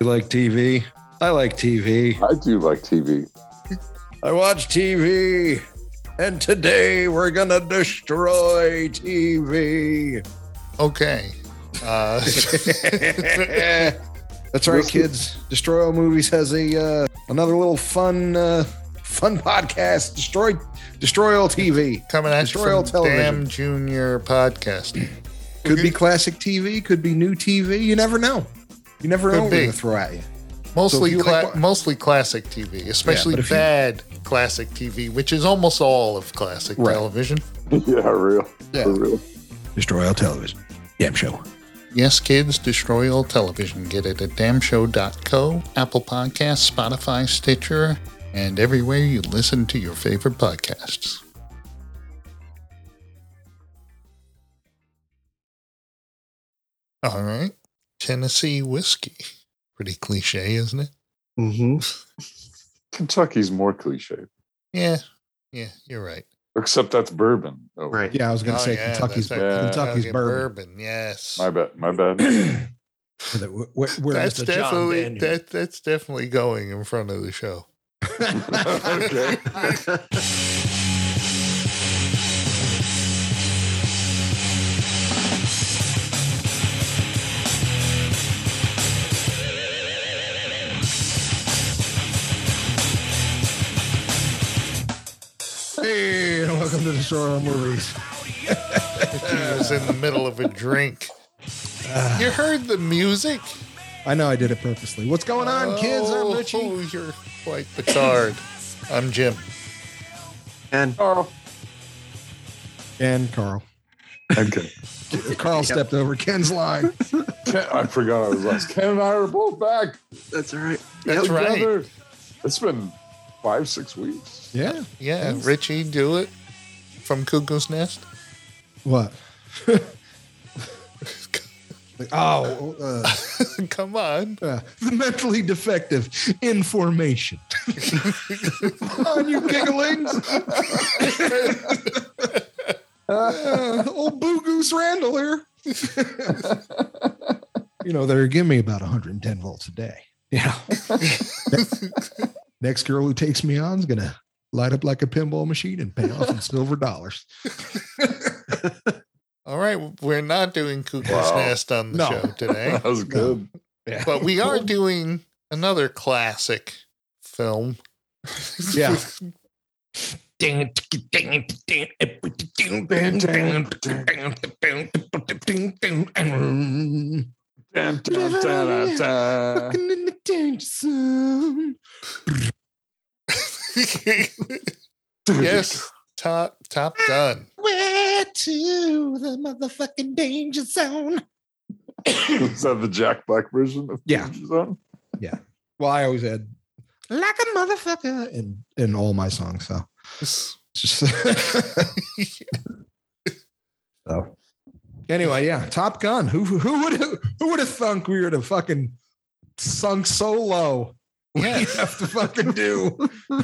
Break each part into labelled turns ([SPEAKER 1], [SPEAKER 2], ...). [SPEAKER 1] You like TV? I like TV.
[SPEAKER 2] I do like TV.
[SPEAKER 1] I watch TV. And today we're going to destroy TV.
[SPEAKER 3] Okay. Uh,
[SPEAKER 1] That's right,
[SPEAKER 2] Listen-
[SPEAKER 1] kids. Destroy All Movies has a uh, another little fun uh, fun podcast. Destroy Destroy All TV.
[SPEAKER 3] coming at
[SPEAKER 1] Destroy all
[SPEAKER 3] you from
[SPEAKER 1] television.
[SPEAKER 3] Damn Junior Podcast.
[SPEAKER 1] Could be classic TV. Could be new TV. You never know. You never
[SPEAKER 3] Could
[SPEAKER 1] know what we're
[SPEAKER 3] be.
[SPEAKER 1] going to throw at you.
[SPEAKER 3] Mostly,
[SPEAKER 1] you like
[SPEAKER 3] cla-
[SPEAKER 1] what-
[SPEAKER 3] mostly classic TV, especially
[SPEAKER 1] but if you-
[SPEAKER 3] bad classic TV, which is almost all of classic
[SPEAKER 1] Right.
[SPEAKER 3] television.
[SPEAKER 2] yeah, real.
[SPEAKER 1] Yeah.
[SPEAKER 2] For real.
[SPEAKER 1] Destroy All Television. Damn show.
[SPEAKER 3] Yes, kids, destroy all television. Get it at damshow.co, Apple Podcasts, Spotify, Stitcher, and everywhere you listen to your favorite podcasts. All right. Tennessee whiskey. Pretty cliche, isn't it?
[SPEAKER 4] Mm-hmm.
[SPEAKER 2] Kentucky's more cliche,
[SPEAKER 3] Yeah. Yeah, you're right.
[SPEAKER 2] except that's bourbon. Oh,
[SPEAKER 4] Right.
[SPEAKER 1] Yeah, I was going to
[SPEAKER 3] Oh,
[SPEAKER 1] say
[SPEAKER 3] yeah,
[SPEAKER 1] Kentucky's
[SPEAKER 3] that's
[SPEAKER 2] right.
[SPEAKER 1] Kentucky's
[SPEAKER 3] Kentucky
[SPEAKER 1] bourbon.
[SPEAKER 3] Yes.
[SPEAKER 2] My bad. My bad.
[SPEAKER 1] Where the- where- where is
[SPEAKER 3] that's
[SPEAKER 1] the John
[SPEAKER 3] definitely
[SPEAKER 1] Daniel?
[SPEAKER 3] that, that's definitely going in front of the show.
[SPEAKER 2] okay.
[SPEAKER 1] Hey, and welcome to Destroy All Movies.
[SPEAKER 3] he was in the middle of a drink. You heard the music?
[SPEAKER 1] I know I did it purposely. What's going on, kids? I'm
[SPEAKER 3] Oh,
[SPEAKER 1] Richie.
[SPEAKER 3] You're like Picard. I'm Jim.
[SPEAKER 4] And
[SPEAKER 2] Carl.
[SPEAKER 1] And Carl.
[SPEAKER 2] Okay.
[SPEAKER 1] Carl stepped over Ken's line.
[SPEAKER 2] Ken, I forgot I was last. Ken and I are both back
[SPEAKER 4] that's all right.
[SPEAKER 3] That's
[SPEAKER 4] Yep.
[SPEAKER 3] right.
[SPEAKER 2] together. It's been five, six weeks.
[SPEAKER 1] Yeah.
[SPEAKER 3] Yeah,
[SPEAKER 1] Yes.
[SPEAKER 3] Richie, do it from Cuckoo's Nest.
[SPEAKER 1] What? Like, oh, uh,
[SPEAKER 3] Come on.
[SPEAKER 1] uh, the mentally defective information. on you gigglings. uh, old Boo Goose Randall here. you know, they're giving me about 110 volts a day. Yeah. Next girl who takes me on is going to light up like a pinball machine and pay off in silver dollars.
[SPEAKER 3] All right, we're not doing Cuckoo's
[SPEAKER 2] Wow.
[SPEAKER 3] Nest on the
[SPEAKER 1] No.
[SPEAKER 3] show today,
[SPEAKER 2] That was good.
[SPEAKER 1] Yeah.
[SPEAKER 3] but we are doing another classic film.
[SPEAKER 1] Yeah.
[SPEAKER 2] Dun, dun, dun, dun, dun.
[SPEAKER 3] yes, Top Top Gun.
[SPEAKER 1] Where to the motherfucking danger zone?
[SPEAKER 2] Is that the Jack Black version of
[SPEAKER 1] Yeah.
[SPEAKER 2] Danger Zone?
[SPEAKER 1] Well, I always had like a motherfucker in in all my songs. So it's just so. Anyway, yeah, Top Gun. Who who would who would have thunk we would have fucking sunk so low? We
[SPEAKER 3] Yes.
[SPEAKER 1] have to fucking do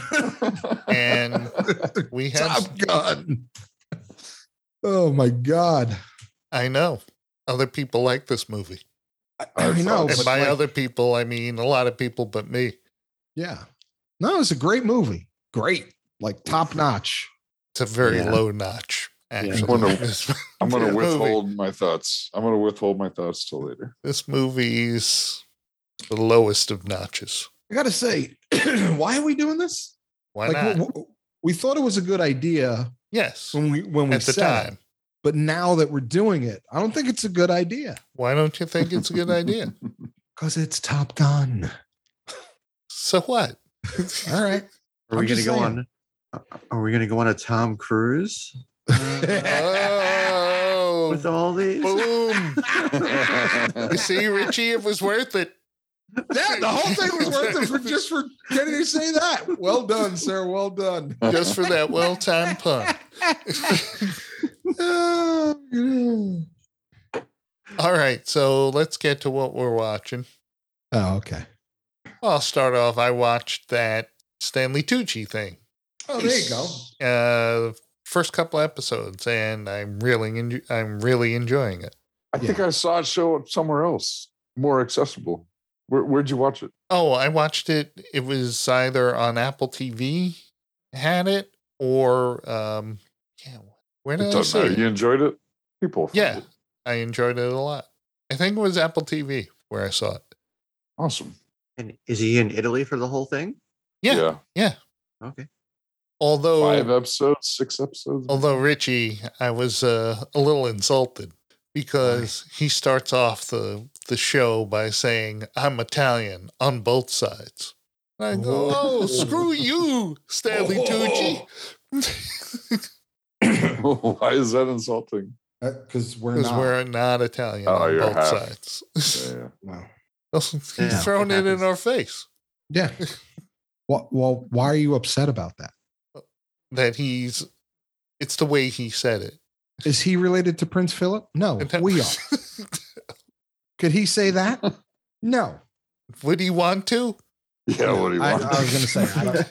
[SPEAKER 3] and we have
[SPEAKER 1] Top Gun. Oh my god!
[SPEAKER 3] I know other people like this movie.
[SPEAKER 1] I, I know.
[SPEAKER 2] Oh,
[SPEAKER 3] and
[SPEAKER 1] but
[SPEAKER 3] by
[SPEAKER 1] like-
[SPEAKER 3] other people, I mean a lot of people but me.
[SPEAKER 1] Yeah. No, it's a great movie. Great. Like top notch.
[SPEAKER 3] It's a very
[SPEAKER 4] Yeah.
[SPEAKER 3] low notch actually.
[SPEAKER 2] Wonder-
[SPEAKER 3] This,
[SPEAKER 2] I'm going
[SPEAKER 3] Yeah.
[SPEAKER 2] to withhold my thoughts. I'm going to withhold my thoughts till later.
[SPEAKER 3] this movie's the lowest of notches.
[SPEAKER 1] I gotta say, why are we doing this?
[SPEAKER 3] Why
[SPEAKER 1] like
[SPEAKER 3] not?
[SPEAKER 1] w- w- we thought it was a good idea
[SPEAKER 3] yes.
[SPEAKER 1] when we when we
[SPEAKER 3] At the
[SPEAKER 1] said it,
[SPEAKER 3] time.
[SPEAKER 1] but now that we're doing it, I don't think it's a good idea
[SPEAKER 3] Why don't you think it's a good idea?
[SPEAKER 1] because it's Top Gun.
[SPEAKER 3] So what?
[SPEAKER 1] All right.
[SPEAKER 4] Are
[SPEAKER 1] I'm
[SPEAKER 4] we going to
[SPEAKER 1] just
[SPEAKER 4] go
[SPEAKER 1] saying.
[SPEAKER 4] on? Are we going to go on a Tom Cruise
[SPEAKER 1] Mm-hmm.
[SPEAKER 4] with
[SPEAKER 3] Oh,
[SPEAKER 4] all these?
[SPEAKER 3] boom. You see, Richie, it was worth it.
[SPEAKER 1] That the whole thing was worth it for just for getting to say that. Well done, sir. Well done.
[SPEAKER 3] Just for that well timed pun.
[SPEAKER 1] Oh, yeah.
[SPEAKER 3] All right, so let's get to what we're watching.
[SPEAKER 1] Oh, okay.
[SPEAKER 3] I'll start off. I watched that Stanley Tucci thing,
[SPEAKER 1] Oh, there you go.
[SPEAKER 3] uh, first couple episodes, and I'm really, enjo- I'm really enjoying it.
[SPEAKER 2] I think I saw it show up somewhere else, more accessible. Where, where'd you watch it?
[SPEAKER 3] Oh, I watched it. It was either on Apple TV, had it, or um, yeah, where did
[SPEAKER 2] It
[SPEAKER 3] I
[SPEAKER 2] doesn't
[SPEAKER 3] see
[SPEAKER 2] matter.
[SPEAKER 3] it?
[SPEAKER 2] You enjoyed it? People. found
[SPEAKER 3] Yeah.
[SPEAKER 2] it.
[SPEAKER 3] I enjoyed it a lot. I think it was Apple TV where I saw it.
[SPEAKER 2] Awesome.
[SPEAKER 4] And is he in Italy for the whole thing?
[SPEAKER 3] Yeah.
[SPEAKER 4] Okay.
[SPEAKER 3] Although,
[SPEAKER 2] Five episodes, six episodes.
[SPEAKER 3] although Richie, I was uh, a little insulted because he starts off the the show by saying, "I'm Italian on both sides." And I go, "Oh,
[SPEAKER 1] Oh.
[SPEAKER 3] screw you, Stanley Tucci."
[SPEAKER 2] Oh. Why is that insulting?
[SPEAKER 1] Because Uh, we're
[SPEAKER 3] Because
[SPEAKER 1] not.
[SPEAKER 3] we're not Italian
[SPEAKER 2] Oh,
[SPEAKER 3] on
[SPEAKER 2] you're
[SPEAKER 3] both
[SPEAKER 2] half.
[SPEAKER 3] sides.
[SPEAKER 2] Yeah.
[SPEAKER 1] no.
[SPEAKER 3] He's
[SPEAKER 4] Yeah,
[SPEAKER 3] thrown
[SPEAKER 4] it
[SPEAKER 3] it in
[SPEAKER 4] happens.
[SPEAKER 3] our face
[SPEAKER 1] Yeah. well, well, why are you upset about that?
[SPEAKER 3] that he's. It's the way he said it.
[SPEAKER 1] Is he related to Prince Philip? No, we are. Could he say that? No.
[SPEAKER 3] Would he want to?
[SPEAKER 2] Yeah. What do you
[SPEAKER 1] I, I
[SPEAKER 2] want?
[SPEAKER 1] was going to say, I don't-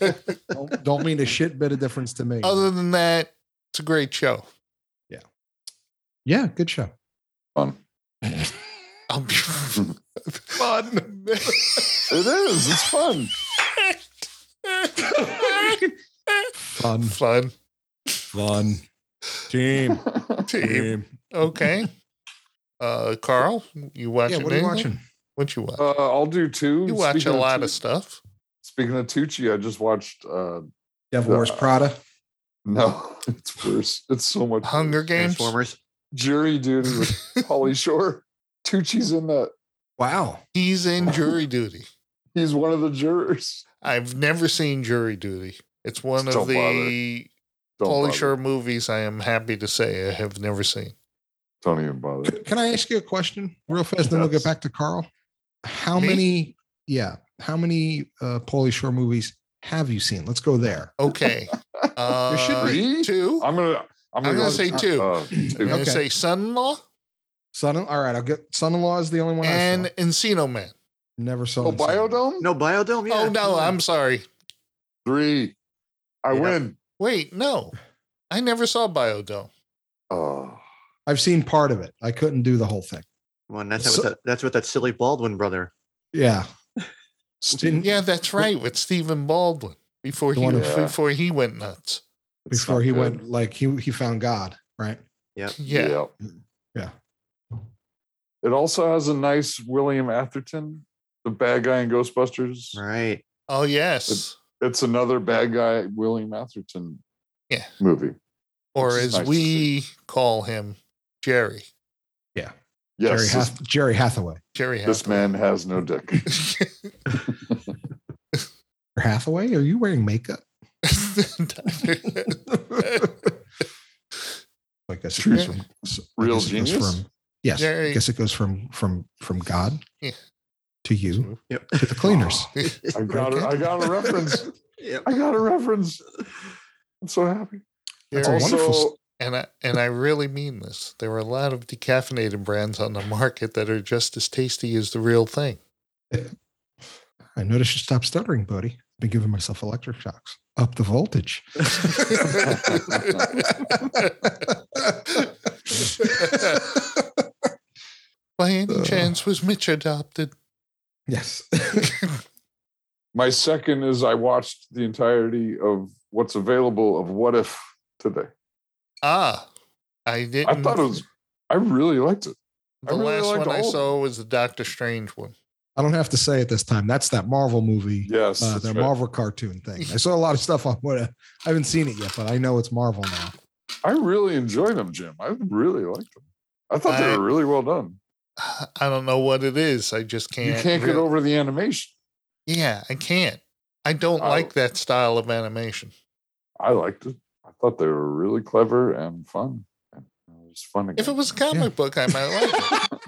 [SPEAKER 1] don't, don't mean a shit bit of difference to me.
[SPEAKER 3] Other than that, it's a great show.
[SPEAKER 1] yeah, good show.
[SPEAKER 2] Fun.
[SPEAKER 3] I'll be fun.
[SPEAKER 2] It is. It's fun.
[SPEAKER 1] Fun.
[SPEAKER 3] fun
[SPEAKER 1] Fun. Team.
[SPEAKER 3] team. Okay. Uh, Carl, you watching?
[SPEAKER 1] Yeah, what are you
[SPEAKER 3] anything?
[SPEAKER 1] watching?
[SPEAKER 3] What you watch?
[SPEAKER 2] Uh, I'll do two.
[SPEAKER 3] you watch
[SPEAKER 2] Speaking
[SPEAKER 3] a lot
[SPEAKER 2] Tucci-
[SPEAKER 3] of stuff.
[SPEAKER 2] Speaking of Tucci, I just watched. uh
[SPEAKER 1] Devil Wears Prada.
[SPEAKER 2] No, it's worse. It's so much. worse.
[SPEAKER 3] Hunger Games.
[SPEAKER 4] Transformers.
[SPEAKER 2] Jury duty with Polly Shore. Tucci's in that.
[SPEAKER 1] Wow.
[SPEAKER 3] He's in jury duty.
[SPEAKER 2] He's one of the jurors.
[SPEAKER 3] I've never seen Jury Duty. It's one
[SPEAKER 2] Don't
[SPEAKER 3] of the
[SPEAKER 2] Don't
[SPEAKER 3] Pauly
[SPEAKER 2] bother.
[SPEAKER 3] Shore movies I am happy to say I have never seen.
[SPEAKER 2] Don't even bother.
[SPEAKER 1] Can I ask you a question real fast? Then we'll
[SPEAKER 2] Yes.
[SPEAKER 1] get back to Carl. How
[SPEAKER 3] Me?
[SPEAKER 1] many, yeah, how many uh, Pauly Shore movies have you seen? Let's go there.
[SPEAKER 3] Okay. Uh,
[SPEAKER 1] should
[SPEAKER 2] be.
[SPEAKER 3] two. I'm
[SPEAKER 2] I'm gonna. I'm gonna, go-
[SPEAKER 3] gonna say two.
[SPEAKER 2] Uh, two.
[SPEAKER 3] going
[SPEAKER 1] Okay.
[SPEAKER 3] to say Son-in-Law
[SPEAKER 1] Son, all right, I'll get son in law is the only one
[SPEAKER 3] and
[SPEAKER 1] I saw.
[SPEAKER 3] Encino Man.
[SPEAKER 1] Never saw
[SPEAKER 2] Oh,
[SPEAKER 1] it, son.
[SPEAKER 2] Biodome.
[SPEAKER 4] No, Biodome. Yeah.
[SPEAKER 3] oh no, I'm sorry.
[SPEAKER 2] Three. I
[SPEAKER 4] Yeah.
[SPEAKER 2] win.
[SPEAKER 3] Wait, no. I never saw Biodome.
[SPEAKER 2] Oh,
[SPEAKER 1] I've seen part of it. I couldn't do the whole thing.
[SPEAKER 4] Well, and that's, how-
[SPEAKER 1] So-
[SPEAKER 4] that, that's what that silly Baldwin brother.
[SPEAKER 1] Yeah.
[SPEAKER 2] Steve.
[SPEAKER 3] Yeah, that's right. With Stephen Baldwin before
[SPEAKER 1] The
[SPEAKER 3] he
[SPEAKER 1] one
[SPEAKER 2] who- Yeah.
[SPEAKER 3] before he went nuts.
[SPEAKER 2] it's
[SPEAKER 1] Before
[SPEAKER 2] not
[SPEAKER 1] he
[SPEAKER 2] good.
[SPEAKER 1] went like he he found God, right?
[SPEAKER 3] Yeah.
[SPEAKER 1] Yeah.
[SPEAKER 2] It also has a nice William Atherton, the bad guy in Ghostbusters.
[SPEAKER 4] Right.
[SPEAKER 3] Oh yes.
[SPEAKER 2] It's another bad guy William Atherton
[SPEAKER 3] Yeah.
[SPEAKER 2] movie.
[SPEAKER 3] Or
[SPEAKER 2] Which is
[SPEAKER 3] as
[SPEAKER 2] nice to
[SPEAKER 3] we call him, Jerry.
[SPEAKER 2] Yes.
[SPEAKER 1] Jerry,
[SPEAKER 2] this-
[SPEAKER 1] Hath- Jerry Hathaway.
[SPEAKER 3] Jerry
[SPEAKER 2] this man has no dick.
[SPEAKER 3] Hathaway.
[SPEAKER 1] Hathaway, are you wearing makeup? Like I guess it goes from I
[SPEAKER 2] Real
[SPEAKER 1] guess it goes
[SPEAKER 2] genius.
[SPEAKER 1] From, yes,
[SPEAKER 3] Jerry.
[SPEAKER 1] I guess it goes from from from God
[SPEAKER 3] Yeah.
[SPEAKER 1] to you
[SPEAKER 4] Yep.
[SPEAKER 1] to the cleaners.
[SPEAKER 2] I got it. I got a reference.
[SPEAKER 4] Yep.
[SPEAKER 2] I got a reference. I'm so happy.
[SPEAKER 1] That's a
[SPEAKER 3] Jerry.
[SPEAKER 1] wonderful
[SPEAKER 2] Also,
[SPEAKER 3] and I and I really mean this. There are a lot of decaffeinated brands on the market that are just as tasty as the real thing.
[SPEAKER 1] I noticed you stopped stuttering, buddy. I've been giving myself electric shocks. Up the voltage.
[SPEAKER 3] By any
[SPEAKER 1] Ugh.
[SPEAKER 3] chance, was Mitch adopted?
[SPEAKER 1] yes.
[SPEAKER 2] my second is I watched the entirety of what's available of What If today.
[SPEAKER 3] Ah, I didn't.
[SPEAKER 2] I thought it
[SPEAKER 4] Mm.
[SPEAKER 2] was. I really liked it. I
[SPEAKER 3] the
[SPEAKER 2] really
[SPEAKER 3] last
[SPEAKER 2] liked
[SPEAKER 3] one I
[SPEAKER 2] all of
[SPEAKER 3] saw was the Doctor Strange one.
[SPEAKER 1] I don't have to say it this time. That's that Marvel movie.
[SPEAKER 2] Yes,
[SPEAKER 1] Uh,
[SPEAKER 2] that's
[SPEAKER 1] the
[SPEAKER 2] right.
[SPEAKER 1] Marvel cartoon thing. I saw a lot of stuff on what uh, I haven't seen it yet, but I know it's Marvel now.
[SPEAKER 2] I really enjoyed them, Jim. I really liked them. I thought
[SPEAKER 3] I-
[SPEAKER 2] they were really well done.
[SPEAKER 3] I don't know what it is. I just
[SPEAKER 2] You
[SPEAKER 3] can't.
[SPEAKER 2] can't get
[SPEAKER 3] really-
[SPEAKER 2] over the animation.
[SPEAKER 3] Yeah, I can't. I don't
[SPEAKER 2] I-
[SPEAKER 3] like that style of animation.
[SPEAKER 2] I liked it. I thought they were really clever and fun. And it was fun again.
[SPEAKER 3] If it was a comic
[SPEAKER 1] Yeah.
[SPEAKER 3] book, I might like it.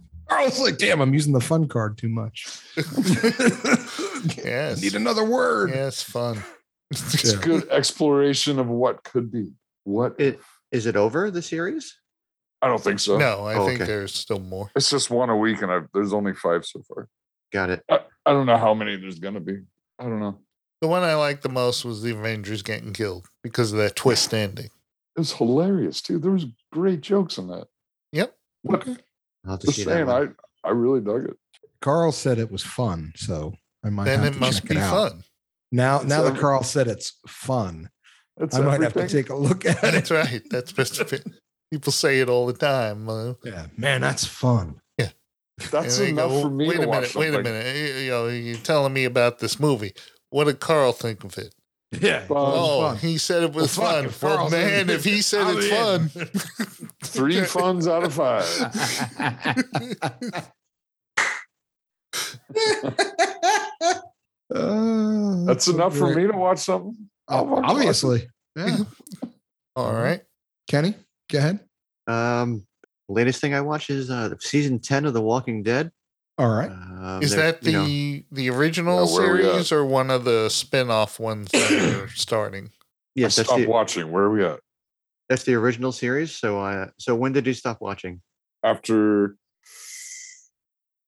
[SPEAKER 1] I was like, damn, I'm using the fun card too much.
[SPEAKER 3] Yes.
[SPEAKER 1] Need another word.
[SPEAKER 3] Yes, fun.
[SPEAKER 2] it's good exploration of what could be. What
[SPEAKER 4] It, is it over, the series?
[SPEAKER 2] I don't think so.
[SPEAKER 3] No, I
[SPEAKER 4] Oh,
[SPEAKER 3] think
[SPEAKER 4] okay.
[SPEAKER 3] there's still more.
[SPEAKER 2] It's just one a week, and I've, there's only five so far.
[SPEAKER 4] Got it.
[SPEAKER 2] I, I don't know how many there's gonna be. I don't know.
[SPEAKER 3] The one I liked the most was the Avengers getting killed because of that twist ending.
[SPEAKER 2] It was hilarious too. There was great jokes in that.
[SPEAKER 3] Yep.
[SPEAKER 2] What,
[SPEAKER 4] I'll have to
[SPEAKER 2] just
[SPEAKER 4] see that
[SPEAKER 2] saying,
[SPEAKER 4] one.
[SPEAKER 2] I I really dug it.
[SPEAKER 1] Carl said it was fun, so I might
[SPEAKER 3] then
[SPEAKER 1] have
[SPEAKER 3] it
[SPEAKER 1] to
[SPEAKER 3] must
[SPEAKER 1] check
[SPEAKER 3] be
[SPEAKER 1] it out.
[SPEAKER 3] fun.
[SPEAKER 1] Now,
[SPEAKER 2] It's
[SPEAKER 1] now that
[SPEAKER 2] every-
[SPEAKER 1] Carl said it's fun,
[SPEAKER 2] It's
[SPEAKER 1] I might have to
[SPEAKER 2] everything.
[SPEAKER 1] take a look at
[SPEAKER 3] That's
[SPEAKER 1] it.
[SPEAKER 3] right. That's Mr. Pitt. People say it all the time. Uh,
[SPEAKER 1] Yeah, man, that's fun.
[SPEAKER 2] That's
[SPEAKER 3] and they
[SPEAKER 2] enough
[SPEAKER 3] go,
[SPEAKER 2] for me
[SPEAKER 3] Wait
[SPEAKER 2] to
[SPEAKER 3] a minute.
[SPEAKER 2] watch
[SPEAKER 3] Wait a
[SPEAKER 2] something.
[SPEAKER 3] minute. You- You know, you're telling me about this movie. What did Carl think of it?
[SPEAKER 1] Yeah, it
[SPEAKER 2] Oh,
[SPEAKER 1] was
[SPEAKER 3] Oh,
[SPEAKER 1] fun.
[SPEAKER 3] he said it was
[SPEAKER 1] Well, fuck,
[SPEAKER 3] fun.
[SPEAKER 1] if
[SPEAKER 3] Well,
[SPEAKER 1] Carl's in
[SPEAKER 3] man,
[SPEAKER 1] it,
[SPEAKER 3] if he said
[SPEAKER 1] I'm
[SPEAKER 3] it's
[SPEAKER 1] in.
[SPEAKER 3] fun,
[SPEAKER 2] Three funds out of five.
[SPEAKER 1] Uh,
[SPEAKER 2] That's
[SPEAKER 1] so
[SPEAKER 2] enough for
[SPEAKER 1] great.
[SPEAKER 2] me to watch something. I'll watch it.
[SPEAKER 1] Obviously, yeah.
[SPEAKER 3] all right.
[SPEAKER 1] Kenny, go ahead.
[SPEAKER 4] Um, latest thing I watch is uh, season ten of The Walking Dead.
[SPEAKER 1] All right.
[SPEAKER 4] Um,
[SPEAKER 3] Is
[SPEAKER 4] they're-
[SPEAKER 3] that the
[SPEAKER 4] you know,
[SPEAKER 3] the original
[SPEAKER 2] Yeah, where we at?
[SPEAKER 3] series or one of the spin-off ones that are starting?
[SPEAKER 2] I
[SPEAKER 4] yes? That's
[SPEAKER 2] stopped
[SPEAKER 4] the,
[SPEAKER 2] watching. Where are we at?
[SPEAKER 4] that's the original series. So, uh, so when did you stop watching?
[SPEAKER 2] After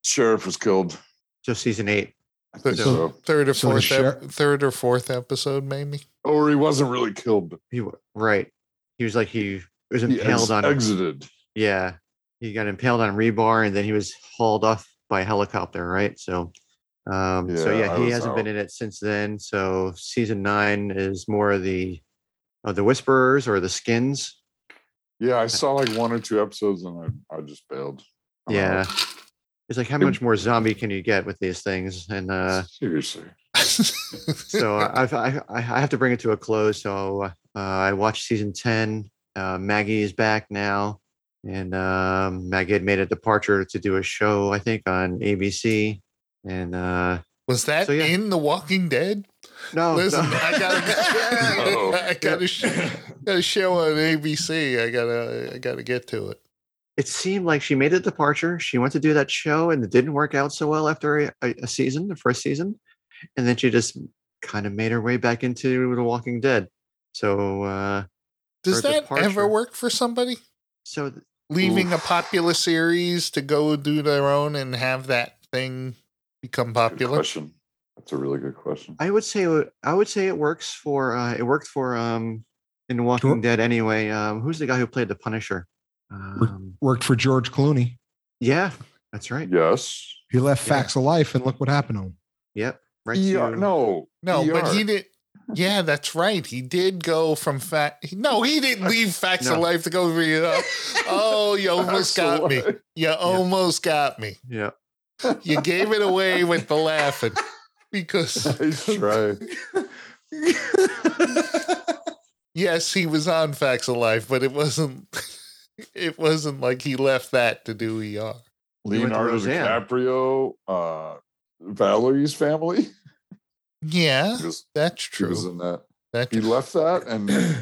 [SPEAKER 2] sheriff was killed.
[SPEAKER 4] So season eight.
[SPEAKER 2] I think
[SPEAKER 3] So-
[SPEAKER 2] so.
[SPEAKER 3] Third or
[SPEAKER 1] So the
[SPEAKER 3] fourth
[SPEAKER 1] sheriff-
[SPEAKER 3] ep- third or fourth episode maybe?
[SPEAKER 2] Or he wasn't really killed.
[SPEAKER 4] He wa- right. He was like he was
[SPEAKER 2] He
[SPEAKER 4] impaled
[SPEAKER 2] ex-
[SPEAKER 4] on.
[SPEAKER 2] exited.
[SPEAKER 4] Yeah, he got impaled on rebar, and then he was hauled off by helicopter. Right. So, um, so
[SPEAKER 2] Yeah,
[SPEAKER 4] yeah,
[SPEAKER 2] I
[SPEAKER 4] he
[SPEAKER 2] was
[SPEAKER 4] hasn't
[SPEAKER 2] out.
[SPEAKER 4] been in it since then. So season nine is more of the of the whisperers or the skins.
[SPEAKER 2] Yeah, I saw like one or two episodes and I, I just bailed. I'm
[SPEAKER 4] Yeah.
[SPEAKER 2] out.
[SPEAKER 4] It's like how
[SPEAKER 2] It-
[SPEAKER 4] much more zombie can you get with these things? And uh,
[SPEAKER 2] Seriously.
[SPEAKER 4] so
[SPEAKER 1] uh,
[SPEAKER 4] I, I've- I I I have to bring it to a close. So uh, I watched season ten. Uh, Maggie is back now, and um, Maggie had made a departure to do a show I think on ABC. And uh,
[SPEAKER 3] was that
[SPEAKER 4] So, yeah.
[SPEAKER 3] in The Walking Dead?
[SPEAKER 1] Oh,
[SPEAKER 4] no,
[SPEAKER 3] Listen,
[SPEAKER 4] no.
[SPEAKER 3] I
[SPEAKER 2] No.
[SPEAKER 3] gotta I gotta, sh- gotta show on ABC. I gotta I gotta get to it.
[SPEAKER 4] it seemed like she made a departure. She went to do that show, and it didn't work out so well after a, a, a season, the first season, and then she just kind of made her way back into The Walking Dead. So. Uh,
[SPEAKER 3] Does
[SPEAKER 4] Her
[SPEAKER 3] that ever
[SPEAKER 4] departure.
[SPEAKER 3] work for somebody?
[SPEAKER 4] so
[SPEAKER 3] Leaving a
[SPEAKER 4] Oof.
[SPEAKER 3] popular series to go do their own and have that thing become
[SPEAKER 2] Good
[SPEAKER 3] popular?
[SPEAKER 2] question. That's a really good question.
[SPEAKER 4] I would say it- I would say it works for uh, it worked for um in Walking
[SPEAKER 1] Sure.
[SPEAKER 4] Dead anyway. Um, who's the guy who played the Punisher? Um,
[SPEAKER 1] Worked for George Clooney.
[SPEAKER 4] yeah, that's right.
[SPEAKER 2] Yes.
[SPEAKER 1] He left
[SPEAKER 4] Yeah.
[SPEAKER 1] Facts of Life, and look what happened to him.
[SPEAKER 4] Yep, right. to
[SPEAKER 2] ER,
[SPEAKER 4] you.
[SPEAKER 2] no.
[SPEAKER 3] No, but
[SPEAKER 2] ER.
[SPEAKER 3] he did. Yeah, that's right. He did go from fact. No, he didn't leave facts of
[SPEAKER 4] No.
[SPEAKER 3] life to go. You know, oh, you almost got me. You almost got me.
[SPEAKER 4] Yeah,
[SPEAKER 3] You gave it away with the laughing because
[SPEAKER 2] Nice try.
[SPEAKER 3] yes, he was on facts of life, but it wasn't. It wasn't like he left that to do ER.
[SPEAKER 4] went to
[SPEAKER 2] Leonardo
[SPEAKER 4] Roseanne.
[SPEAKER 2] DiCaprio, uh, Valerie's family.
[SPEAKER 3] Yeah,
[SPEAKER 2] He was,
[SPEAKER 3] that's
[SPEAKER 2] he was
[SPEAKER 3] true.
[SPEAKER 2] in that.
[SPEAKER 3] That's
[SPEAKER 2] He left that and look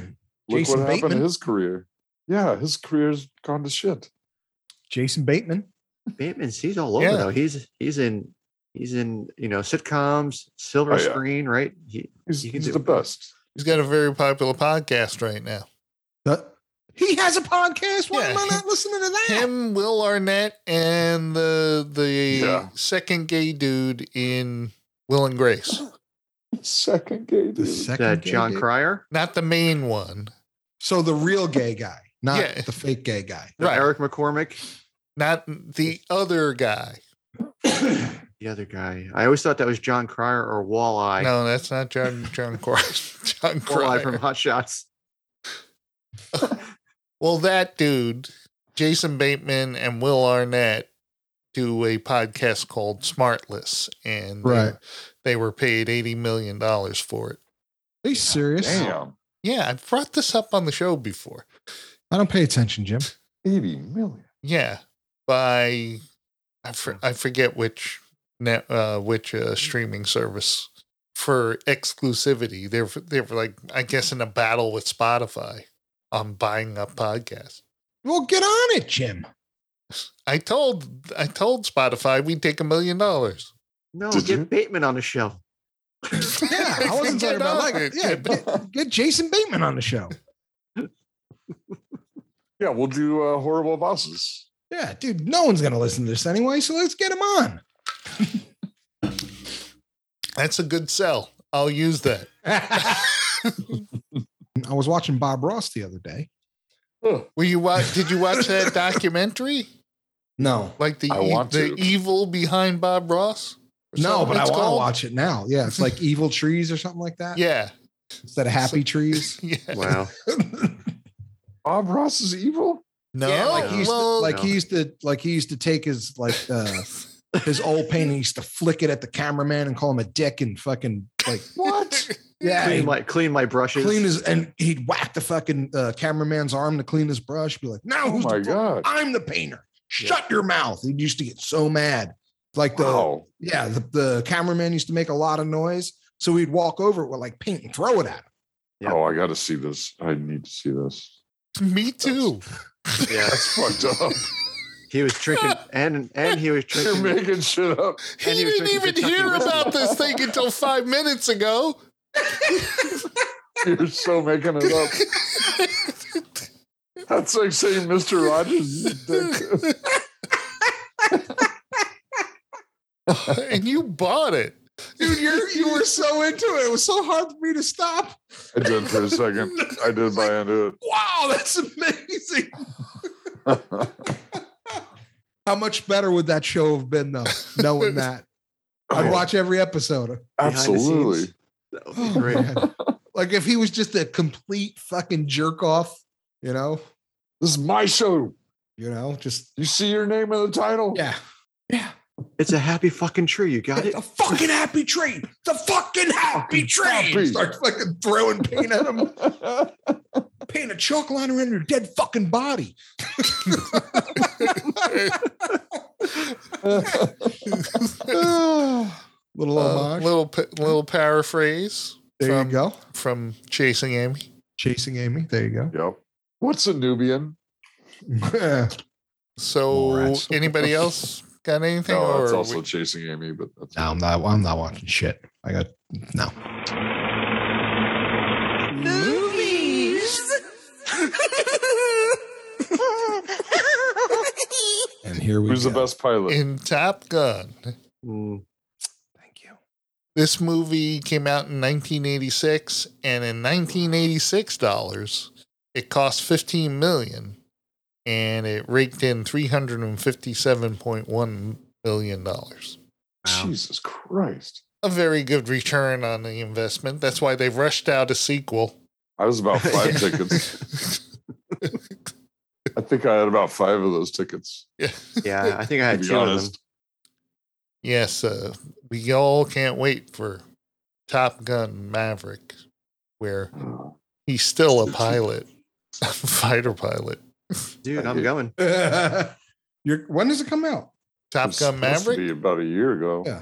[SPEAKER 1] Jason
[SPEAKER 2] what happened
[SPEAKER 1] Bateman?
[SPEAKER 2] to his career. Yeah, his career's gone to shit.
[SPEAKER 1] Jason Bateman.
[SPEAKER 4] Bateman's he's all over
[SPEAKER 3] Yeah.
[SPEAKER 4] though. He's he's in he's in you know sitcoms, silver
[SPEAKER 2] Oh, yeah.
[SPEAKER 4] screen, right? He,
[SPEAKER 2] He's,
[SPEAKER 4] You can
[SPEAKER 2] he's
[SPEAKER 4] do
[SPEAKER 2] the
[SPEAKER 4] it.
[SPEAKER 2] best.
[SPEAKER 3] he's got a very popular podcast right now.
[SPEAKER 1] That- he has a podcast. Why
[SPEAKER 3] Yeah.
[SPEAKER 1] am I not listening to that?
[SPEAKER 3] him, Will Arnett, and the the
[SPEAKER 2] Yeah.
[SPEAKER 3] second gay dude in Will and Grace.
[SPEAKER 2] Second gay dude.
[SPEAKER 4] that
[SPEAKER 1] gay
[SPEAKER 4] uh, John
[SPEAKER 1] dude.
[SPEAKER 4] Cryer,
[SPEAKER 3] Not the main one.
[SPEAKER 1] So the real gay guy, not
[SPEAKER 3] Yeah.
[SPEAKER 1] the fake gay guy.
[SPEAKER 4] no,
[SPEAKER 3] Right.
[SPEAKER 4] Eric McCormick,
[SPEAKER 3] Not the other guy.
[SPEAKER 4] the other guy. I always thought that was John Cryer or Walleye.
[SPEAKER 3] No, that's not John John Cryer. John
[SPEAKER 4] Walleye
[SPEAKER 3] Cryer.
[SPEAKER 4] from Hot Shots.
[SPEAKER 3] well, that dude, Jason Bateman and Will Arnett, do a podcast called Smartless, and they-
[SPEAKER 1] Right.
[SPEAKER 3] they, were paid eighty million dollars for it.
[SPEAKER 1] Are you serious?
[SPEAKER 2] Damn.
[SPEAKER 3] Yeah, I brought this up on the show before.
[SPEAKER 1] I don't pay attention, Jim.
[SPEAKER 2] 80 million.
[SPEAKER 3] Yeah, by I for, I forget which net uh, which uh, streaming service for exclusivity. They're they're like I guess in a battle with Spotify on buying up podcasts.
[SPEAKER 1] Well, get on it, Jim.
[SPEAKER 3] I told I told Spotify we'd take a million dollars.
[SPEAKER 4] No,
[SPEAKER 2] Did
[SPEAKER 4] get
[SPEAKER 2] you?
[SPEAKER 4] Bateman on the show.
[SPEAKER 1] Yeah, I wasn't talking about like yeah, but get Jason Bateman on the show.
[SPEAKER 2] Yeah, we'll do uh, horrible bosses.
[SPEAKER 1] Yeah, dude, no one's gonna listen to this anyway, so let's get him on.
[SPEAKER 3] That's a good sell. I'll use that.
[SPEAKER 1] I was watching Bob Ross the other day.
[SPEAKER 2] Ugh.
[SPEAKER 3] Were you watch? Did you watch that documentary?
[SPEAKER 1] No,
[SPEAKER 3] Like the
[SPEAKER 2] I
[SPEAKER 3] e-
[SPEAKER 2] want
[SPEAKER 3] the
[SPEAKER 2] to.
[SPEAKER 3] evil behind Bob Ross? Or
[SPEAKER 1] no,
[SPEAKER 3] something
[SPEAKER 1] but I
[SPEAKER 3] it's
[SPEAKER 1] want to
[SPEAKER 3] called?
[SPEAKER 1] watch it now. Yeah, it's like Evil Trees or something like that.
[SPEAKER 3] Yeah.
[SPEAKER 1] instead of Happy Trees.
[SPEAKER 3] Yeah.
[SPEAKER 4] Wow.
[SPEAKER 2] Bob Ross is evil.
[SPEAKER 3] No.
[SPEAKER 1] Yeah, like he used
[SPEAKER 3] Oh, well,
[SPEAKER 1] to, like
[SPEAKER 4] no.
[SPEAKER 1] he used to like he used to take his like uh his old painting, he used to flick it at the cameraman and call him a dick and fucking like
[SPEAKER 2] What?
[SPEAKER 1] yeah,
[SPEAKER 4] clean
[SPEAKER 1] he'd
[SPEAKER 4] my clean my brushes.
[SPEAKER 1] clean his and he'd whack the fucking uh, cameraman's arm to clean his brush. Be like, now
[SPEAKER 2] oh
[SPEAKER 1] who's
[SPEAKER 2] my
[SPEAKER 1] the fuck-
[SPEAKER 2] god!
[SPEAKER 1] I'm the painter. Shut your mouth. He used to get so mad. Like the
[SPEAKER 2] Wow.
[SPEAKER 1] yeah, the, the cameraman used to make a lot of noise, so he'd walk over it with like paint and throw it at him.
[SPEAKER 4] Yeah.
[SPEAKER 2] Oh, I got to see this. I need to see this.
[SPEAKER 3] me too.
[SPEAKER 4] yeah,
[SPEAKER 2] That's fucked up.
[SPEAKER 4] he was drinking and and he was
[SPEAKER 2] You're
[SPEAKER 4] drinking.
[SPEAKER 2] making shit up.
[SPEAKER 3] He
[SPEAKER 4] And he was
[SPEAKER 3] didn't
[SPEAKER 4] drinking
[SPEAKER 3] even
[SPEAKER 4] Kentucky
[SPEAKER 3] hear
[SPEAKER 4] whiskey.
[SPEAKER 3] about this thing until five minutes ago.
[SPEAKER 2] You're so making it up. That's like saying Mr. Rogers is a dick.
[SPEAKER 3] and you bought it. Uh,
[SPEAKER 1] Dude, you're, you were so into it. It was so hard for me to stop.
[SPEAKER 2] I did for a second. I did buy into
[SPEAKER 1] Wow, that's amazing.
[SPEAKER 2] it.
[SPEAKER 1] How much better would that show have been, though, knowing that? I'd
[SPEAKER 2] Oh,
[SPEAKER 1] watch every episode.
[SPEAKER 2] Absolutely.
[SPEAKER 4] That would be
[SPEAKER 1] Oh,
[SPEAKER 4] great.
[SPEAKER 1] man. like if he was just a complete fucking jerk off, you know,
[SPEAKER 2] This is my show.
[SPEAKER 1] you know, just
[SPEAKER 2] You see your name in the title?
[SPEAKER 1] yeah. Yeah.
[SPEAKER 4] It's a happy fucking tree. You got it.
[SPEAKER 1] The fucking happy tree. The fucking happy tree.
[SPEAKER 2] happy.
[SPEAKER 1] Start fucking throwing paint at him, paint a chalk line around your dead fucking body. Little
[SPEAKER 3] Uh,
[SPEAKER 1] homage.
[SPEAKER 3] little pa- little paraphrase
[SPEAKER 1] there
[SPEAKER 3] from-
[SPEAKER 1] you go.
[SPEAKER 3] from Chasing Amy.
[SPEAKER 1] Chasing Amy. There you go.
[SPEAKER 2] yep. What's a Nubian?
[SPEAKER 3] So,
[SPEAKER 1] Morats.
[SPEAKER 3] anybody else got anything?
[SPEAKER 2] No, that's
[SPEAKER 3] or
[SPEAKER 2] also
[SPEAKER 3] we-
[SPEAKER 2] chasing Amy, but that's
[SPEAKER 1] No, I'm not. I'm not watching shit. I got no. And here we
[SPEAKER 2] who's the
[SPEAKER 1] go.
[SPEAKER 2] best pilot?
[SPEAKER 3] in Top Gun.
[SPEAKER 4] Mm,
[SPEAKER 1] Thank you.
[SPEAKER 3] This movie came out in 1986, and in 1986 dollars, it cost 15 million, and it raked in 357.1 million dollars.
[SPEAKER 4] wow.
[SPEAKER 2] Jesus Christ.
[SPEAKER 3] A very good return on the investment. That's why they rushed out a sequel.
[SPEAKER 2] I was about five tickets. I think I had about five of those tickets.
[SPEAKER 3] yeah.
[SPEAKER 4] Yeah, I think I
[SPEAKER 2] To
[SPEAKER 4] had
[SPEAKER 2] be
[SPEAKER 4] two of them.
[SPEAKER 2] honest,
[SPEAKER 3] Yes, uh, we all can't wait for Top Gun Maverick, where he's still a pilot, a fighter pilot.
[SPEAKER 4] Dude,
[SPEAKER 2] I
[SPEAKER 4] I'm
[SPEAKER 2] did.
[SPEAKER 4] going.
[SPEAKER 1] You're, when does it come out?
[SPEAKER 2] It
[SPEAKER 3] Top
[SPEAKER 2] was
[SPEAKER 3] Gun
[SPEAKER 2] supposed to
[SPEAKER 3] Maverick.
[SPEAKER 2] be about a year ago.
[SPEAKER 1] Yeah.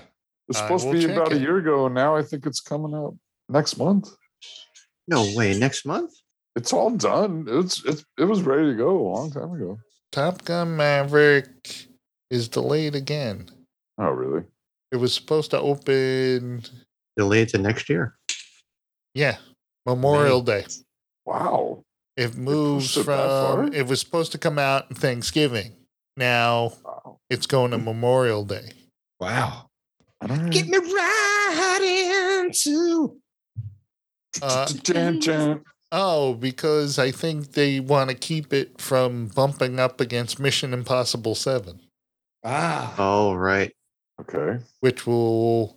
[SPEAKER 2] It's
[SPEAKER 3] I
[SPEAKER 2] supposed to
[SPEAKER 3] will
[SPEAKER 2] be
[SPEAKER 3] check
[SPEAKER 2] about a
[SPEAKER 3] it.
[SPEAKER 2] year ago, and now I think it's coming out next month.
[SPEAKER 4] No way. Next month.
[SPEAKER 2] It's all done. It's it's it was ready to go a long time ago.
[SPEAKER 3] Top Gun Maverick is delayed again.
[SPEAKER 2] Oh really?
[SPEAKER 3] It was supposed to open,
[SPEAKER 4] Delayed to next year.
[SPEAKER 3] yeah, Memorial Day.
[SPEAKER 2] Wow.
[SPEAKER 3] It moves
[SPEAKER 2] pushed it that
[SPEAKER 3] from,
[SPEAKER 2] far?
[SPEAKER 3] it was supposed to come out in Thanksgiving. Now
[SPEAKER 2] Wow.
[SPEAKER 3] it's going to Memorial Day.
[SPEAKER 1] Wow.
[SPEAKER 2] Alright.
[SPEAKER 1] Get me right into.
[SPEAKER 3] Uh,
[SPEAKER 2] Dun, dun.
[SPEAKER 3] Oh, because I think they want to keep it from bumping up against Mission Impossible 7,
[SPEAKER 1] Ah.
[SPEAKER 4] Oh right.
[SPEAKER 2] Okay.
[SPEAKER 3] which will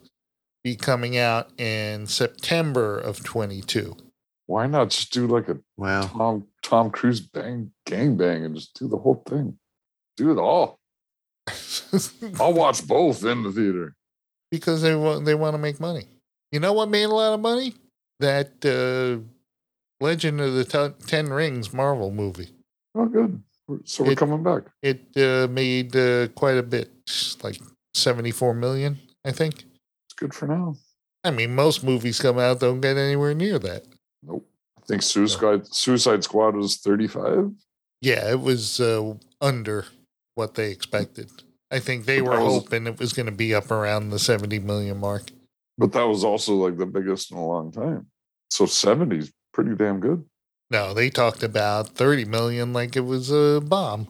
[SPEAKER 3] be coming out in September of 22.
[SPEAKER 2] Why not just do like a
[SPEAKER 4] Wow.
[SPEAKER 2] Tom Tom Cruise bang gang bang and just do the whole thing? Do it all. I'll watch both in the theater.
[SPEAKER 3] because they want they want to make money. You know what made a lot of money? That uh, Legend of the Ten- Ten Rings Marvel movie.
[SPEAKER 2] Oh good. We're- So we're
[SPEAKER 3] It-
[SPEAKER 2] coming back.
[SPEAKER 3] It uh, made uh, quite a bit, like 74 million, I think.
[SPEAKER 2] It's good for now.
[SPEAKER 3] I mean, most movies come out don't get anywhere near that.
[SPEAKER 2] I think Suicide Suicide Squad was 35.
[SPEAKER 3] Yeah, it was uh, under what they expected. I think they were
[SPEAKER 2] That was-
[SPEAKER 3] hoping it was going to be up around the 70 million mark.
[SPEAKER 2] But that was also like the biggest in a long time. So 70's pretty damn good.
[SPEAKER 3] No, they talked about 30 million like it was a bomb.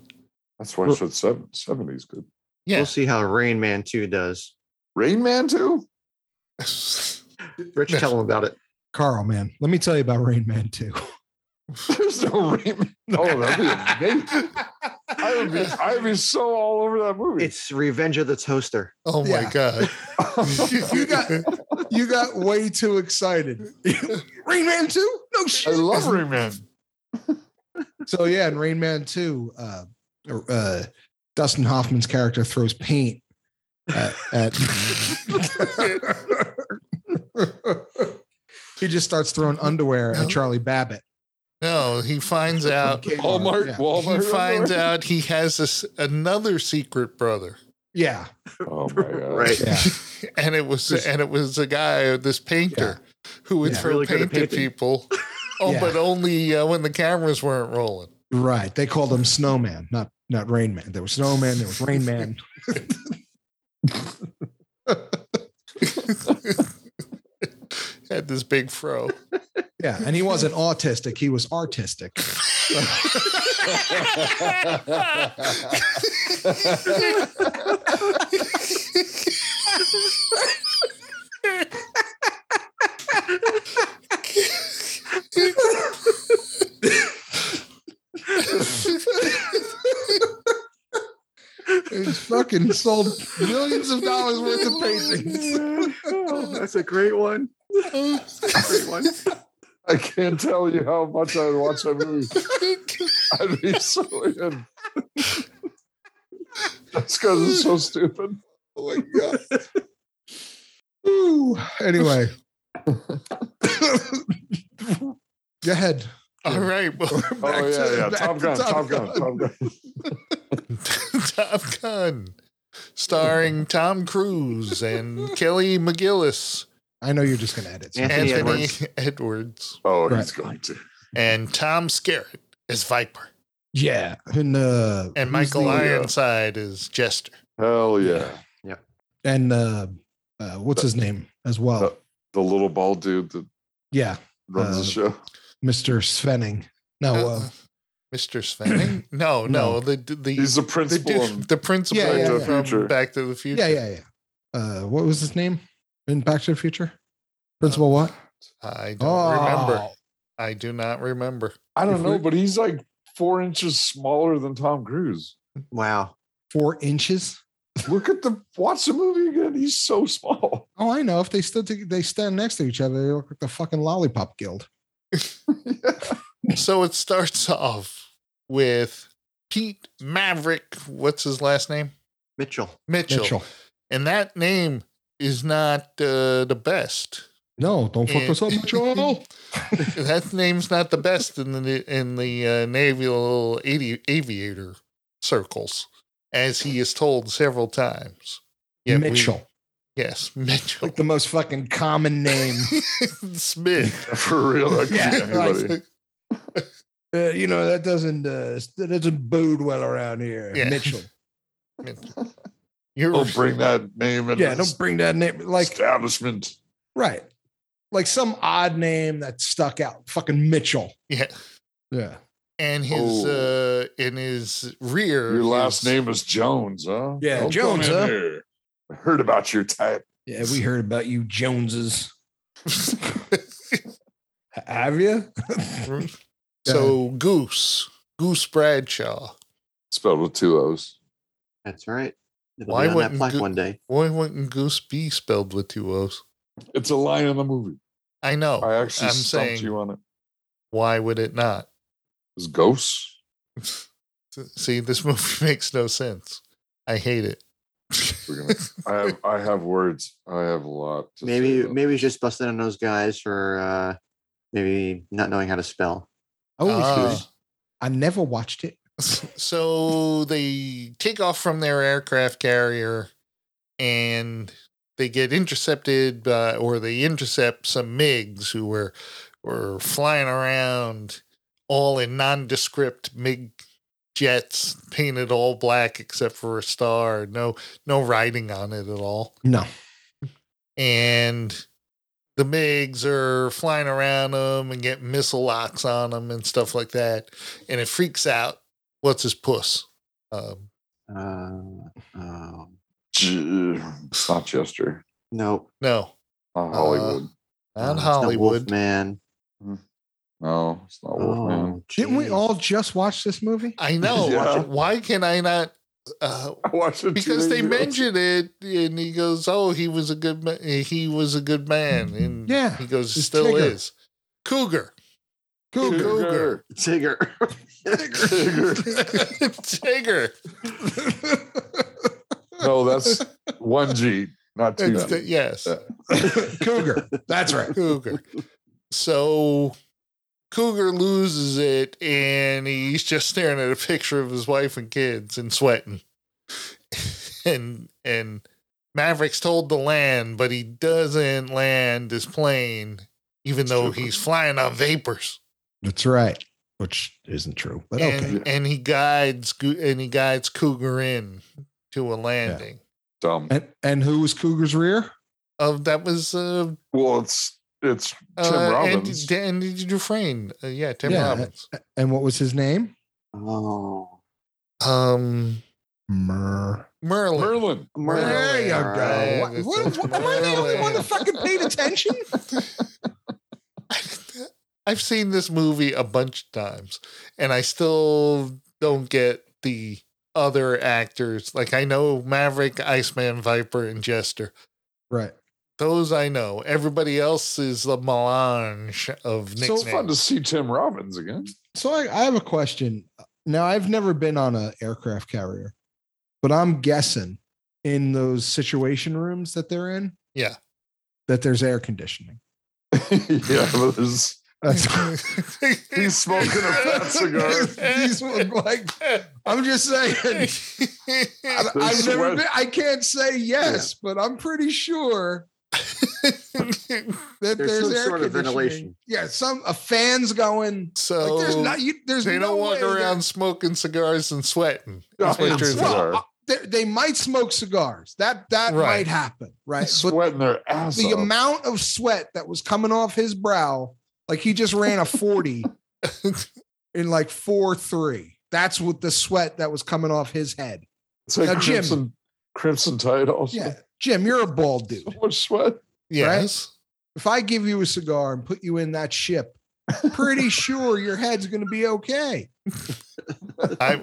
[SPEAKER 2] That's why I
[SPEAKER 4] Well-
[SPEAKER 2] said seven. 70's good.
[SPEAKER 3] Yeah.
[SPEAKER 4] We'll see how Rain Man Two does.
[SPEAKER 2] Rain Man too?
[SPEAKER 4] Rich, tell him about it.
[SPEAKER 1] Carl, man, let me tell you about Rain Man 2.
[SPEAKER 2] There's no remake. No, that'd be amazing. I would be, I'd be so all over that movie.
[SPEAKER 4] It's Revenge of the Toaster.
[SPEAKER 3] Oh my
[SPEAKER 1] Yeah.
[SPEAKER 3] god.
[SPEAKER 1] You got- You got way too excited. Rain Man 2? No
[SPEAKER 2] I
[SPEAKER 1] shit.
[SPEAKER 2] love Rayman.
[SPEAKER 1] So yeah, in Rain Man 2, uh, uh, Dustin Hoffman's character throws paint at, at he just starts throwing underwear at Charlie Babbitt.
[SPEAKER 3] no, he finds out
[SPEAKER 1] From Kmart.
[SPEAKER 2] Walmart.
[SPEAKER 1] Yeah.
[SPEAKER 2] Walmart.
[SPEAKER 3] he finds out he has this another secret brother.
[SPEAKER 1] Yeah.
[SPEAKER 2] Oh my god.
[SPEAKER 4] Right.
[SPEAKER 1] Yeah.
[SPEAKER 3] and it was
[SPEAKER 4] This-
[SPEAKER 3] and it was a guy, this painter, who would
[SPEAKER 1] Yeah.
[SPEAKER 3] throw
[SPEAKER 4] Really good
[SPEAKER 3] paint
[SPEAKER 4] at
[SPEAKER 3] at
[SPEAKER 4] painting.
[SPEAKER 3] people. Oh,
[SPEAKER 1] Yeah.
[SPEAKER 3] but only uh, when the cameras weren't rolling.
[SPEAKER 1] Right. They called him Snowman, not not Rain Man. There was Snowman, there was Rain Man.
[SPEAKER 3] Had this big fro.
[SPEAKER 1] Yeah. And he wasn't autistic, he was artistic. He's fucking sold millions of dollars worth of paintings.
[SPEAKER 4] Oh, that's a great one. Great one.
[SPEAKER 2] I can't tell you how much I would watch that movie. I'd be so in. That's because it's so stupid.
[SPEAKER 1] Oh my god. Ooh, anyway. Go ahead.
[SPEAKER 3] All right, well,
[SPEAKER 1] Back
[SPEAKER 2] Oh
[SPEAKER 1] to-
[SPEAKER 2] yeah, yeah.
[SPEAKER 1] back
[SPEAKER 2] Top
[SPEAKER 1] to
[SPEAKER 2] Gun, Top Gun, Top Gun.
[SPEAKER 3] Top Gun, starring Tom Cruise and Kelly McGillis,
[SPEAKER 1] I know you're just gonna edit. so-
[SPEAKER 4] Anthony
[SPEAKER 3] Anthony Edwards.
[SPEAKER 4] Edwards.
[SPEAKER 2] Oh,
[SPEAKER 1] Right.
[SPEAKER 2] he's going to.
[SPEAKER 3] and Tom Skerritt is Viper,
[SPEAKER 1] Yeah. And uh who's
[SPEAKER 3] and Michael
[SPEAKER 1] the-
[SPEAKER 3] Ironside is Jester.
[SPEAKER 2] Hell yeah.
[SPEAKER 1] and uh, uh what's his name as well?
[SPEAKER 2] Uh, The little bald dude that
[SPEAKER 1] yeah,
[SPEAKER 2] runs
[SPEAKER 1] Uh,
[SPEAKER 2] the show.
[SPEAKER 1] Mr. Svenning. No, uh,
[SPEAKER 3] Uh, Mr. Svenning? No, no, the the
[SPEAKER 2] He's the
[SPEAKER 3] the,
[SPEAKER 2] principal.
[SPEAKER 3] dude-
[SPEAKER 2] and
[SPEAKER 3] the principal
[SPEAKER 1] Yeah, yeah,
[SPEAKER 3] from
[SPEAKER 1] yeah.
[SPEAKER 2] Future.
[SPEAKER 3] Back to the Future.
[SPEAKER 1] yeah, yeah, yeah. Uh what was his name in Back to the Future? Principal what?
[SPEAKER 3] Uh, I don't
[SPEAKER 1] Oh.
[SPEAKER 3] remember. I do not remember.
[SPEAKER 2] I
[SPEAKER 1] If
[SPEAKER 2] don't know,
[SPEAKER 1] we-
[SPEAKER 2] but he's like four inches smaller than Tom Cruise.
[SPEAKER 4] Wow.
[SPEAKER 1] Four inches.
[SPEAKER 2] Look at the watch the movie again. He's so small.
[SPEAKER 1] Oh, I know. If they stood, to, they stand next to each other. They look like the fucking lollipop guild.
[SPEAKER 3] So it starts off with Pete Maverick. What's his last name?
[SPEAKER 4] Mitchell.
[SPEAKER 3] Mitchell.
[SPEAKER 1] Mitchell.
[SPEAKER 3] And that name is not uh, the best.
[SPEAKER 1] No, don't fuck
[SPEAKER 3] Yeah.
[SPEAKER 1] us up, Mitchell.
[SPEAKER 3] that name's not the best in the in the uh, naval avi- aviator circles, as he is told several times. Yet we-
[SPEAKER 1] Mitchell,
[SPEAKER 3] yes, Mitchell
[SPEAKER 1] like the most fucking common name.
[SPEAKER 3] Smith.
[SPEAKER 2] For real. That could be
[SPEAKER 1] Yeah,
[SPEAKER 2] anybody.
[SPEAKER 1] uh, you know that doesn't uh, that doesn't bode well around here.
[SPEAKER 3] Yeah.
[SPEAKER 1] Mitchell.
[SPEAKER 3] You're
[SPEAKER 2] Don't bring that name in
[SPEAKER 1] Yeah,
[SPEAKER 2] the
[SPEAKER 1] don't bring that name. Like
[SPEAKER 2] establishment.
[SPEAKER 1] right, like some odd name that stuck out. Fucking Mitchell.
[SPEAKER 3] Yeah,
[SPEAKER 1] Yeah.
[SPEAKER 3] and his uh in his rear.
[SPEAKER 2] Oh. Your last
[SPEAKER 3] is-
[SPEAKER 2] name is Jones, huh?
[SPEAKER 1] Yeah,
[SPEAKER 2] come
[SPEAKER 1] Jones,
[SPEAKER 2] in
[SPEAKER 1] huh?
[SPEAKER 2] here. I heard about your type.
[SPEAKER 1] Yeah, we heard about you Joneses. Have you?
[SPEAKER 3] so Goose Goose Bradshaw.
[SPEAKER 2] Spelled with two O's.
[SPEAKER 4] That's right. It'll
[SPEAKER 3] Why
[SPEAKER 4] be on that
[SPEAKER 3] wouldn't
[SPEAKER 4] plaque
[SPEAKER 3] Goo-
[SPEAKER 4] one day?
[SPEAKER 3] Why wouldn't Goose be spelled with two O's?
[SPEAKER 2] It's a line in the movie.
[SPEAKER 3] I know.
[SPEAKER 2] I actually
[SPEAKER 3] I'm
[SPEAKER 2] stumped
[SPEAKER 3] saying-
[SPEAKER 2] you on it.
[SPEAKER 3] Why would it not?
[SPEAKER 2] It's ghosts.
[SPEAKER 3] See, this movie makes no sense. I hate it.
[SPEAKER 2] We're gonna, I have I have words. I have a lot. to say
[SPEAKER 4] Maybe
[SPEAKER 2] about-
[SPEAKER 4] maybe he's just busting on those guys for uh, maybe not knowing how to spell.
[SPEAKER 1] Oh,
[SPEAKER 3] Ah.
[SPEAKER 1] I never watched it.
[SPEAKER 3] so they take off from their aircraft carrier and they get intercepted by, or they intercept some MiGs who were were flying around all in nondescript MiG jets painted all black except for a star, no no writing on it at all
[SPEAKER 1] No.
[SPEAKER 3] and the MiGs are flying around them and get missile locks on them and stuff like that. And it freaks out. What's his puss? Um,
[SPEAKER 4] Uh, oh,
[SPEAKER 2] Gee, It's not Chester.
[SPEAKER 4] no,
[SPEAKER 3] no,
[SPEAKER 2] Not Hollywood.
[SPEAKER 3] not
[SPEAKER 4] uh, it's not
[SPEAKER 3] Hollywood.
[SPEAKER 4] Wolfman.
[SPEAKER 2] No, it's not
[SPEAKER 4] Oh,
[SPEAKER 2] Wolfman.
[SPEAKER 1] Didn't we
[SPEAKER 4] geez.
[SPEAKER 1] all just watch this movie?
[SPEAKER 3] I know.
[SPEAKER 2] Yeah.
[SPEAKER 3] Why can I not? Uh,
[SPEAKER 2] I watched it two
[SPEAKER 3] because
[SPEAKER 2] days
[SPEAKER 3] they
[SPEAKER 2] ago.
[SPEAKER 3] mention it, and he goes, "Oh, he was a good man. He was a good man." And
[SPEAKER 1] Yeah,
[SPEAKER 3] he goes,
[SPEAKER 1] it's
[SPEAKER 3] "Still
[SPEAKER 1] Tigger.
[SPEAKER 3] is." Cougar,
[SPEAKER 1] Cougar.
[SPEAKER 3] Cougar.
[SPEAKER 4] Tigger.
[SPEAKER 3] Tigger.
[SPEAKER 2] No, that's one G, not two.
[SPEAKER 3] It's the-
[SPEAKER 2] G.
[SPEAKER 3] yes,
[SPEAKER 2] Yeah.
[SPEAKER 1] Cougar. That's right.
[SPEAKER 3] Cougar. So Cougar loses it, and he's just staring at a picture of his wife and kids and sweating. and and Maverick's told to land, but he doesn't land his plane, even though he's flying on vapors.
[SPEAKER 1] That's right. Which isn't true, but okay.
[SPEAKER 3] and, and he guides Gu- and he guides Cougar in to a landing.
[SPEAKER 2] Dumb.
[SPEAKER 1] And and who was Cougar's rear?
[SPEAKER 3] Of that was uh,
[SPEAKER 2] Well, it's it's Tim
[SPEAKER 3] uh Andy,
[SPEAKER 2] Robbins.
[SPEAKER 3] Andy Dufresne. Uh, yeah, Tim
[SPEAKER 1] Yeah.
[SPEAKER 3] Robbins.
[SPEAKER 1] And what was his name?
[SPEAKER 4] oh.
[SPEAKER 3] Um,
[SPEAKER 1] Mer.
[SPEAKER 3] Merlin.
[SPEAKER 2] Merlin.
[SPEAKER 1] There you go.
[SPEAKER 3] Right.
[SPEAKER 1] What, what- what- am I the only one that fucking paid attention?
[SPEAKER 3] I've seen this movie a bunch of times, and I still don't get the other actors. Like I know Maverick, Iceman, Viper, and Jester.
[SPEAKER 1] Right.
[SPEAKER 3] Those I know. Everybody else is the melange of
[SPEAKER 1] So
[SPEAKER 3] nicknames.
[SPEAKER 2] It's fun to see Tim Robbins again.
[SPEAKER 1] So I, I have a question. Now I've never been on an aircraft carrier, but I'm guessing in those situation rooms that they're in,
[SPEAKER 3] Yeah.
[SPEAKER 1] that there's air conditioning.
[SPEAKER 2] yeah, but there's
[SPEAKER 1] That's
[SPEAKER 2] He's smoking a fat cigar.
[SPEAKER 1] These were like I'm just saying. I,
[SPEAKER 2] The
[SPEAKER 1] I've never
[SPEAKER 2] sweat.
[SPEAKER 1] been, I can't say yes, but I'm pretty sure that
[SPEAKER 4] There's
[SPEAKER 1] there's,
[SPEAKER 4] some
[SPEAKER 1] air
[SPEAKER 4] sort of
[SPEAKER 1] conditioning.
[SPEAKER 4] ventilation.
[SPEAKER 1] Yeah, some a fan's going.
[SPEAKER 3] so
[SPEAKER 1] Like, there's not. You, there's
[SPEAKER 3] Oh. they
[SPEAKER 1] no
[SPEAKER 3] don't walk
[SPEAKER 1] way that-
[SPEAKER 3] around smoking cigars and sweating.
[SPEAKER 2] Yeah,
[SPEAKER 3] That's what
[SPEAKER 2] it's-
[SPEAKER 3] you're
[SPEAKER 2] well,
[SPEAKER 3] saying.
[SPEAKER 2] cigar.
[SPEAKER 1] They, they might smoke cigars. That that
[SPEAKER 3] Right.
[SPEAKER 1] might happen, right? But
[SPEAKER 2] sweating their ass
[SPEAKER 1] the
[SPEAKER 2] off.
[SPEAKER 1] amount of sweat that was coming off his brow, like he just ran a forty in like four three. That's what the sweat that was coming off his head.
[SPEAKER 2] It's like
[SPEAKER 1] Now, Jim.
[SPEAKER 2] crimson, crimson tide. Also,
[SPEAKER 1] Yeah, Jim, you're a bald dude.
[SPEAKER 2] so much sweat.
[SPEAKER 3] Yes.
[SPEAKER 1] if I give you a cigar and put you in that ship, pretty sure your head's going to be okay.
[SPEAKER 3] I,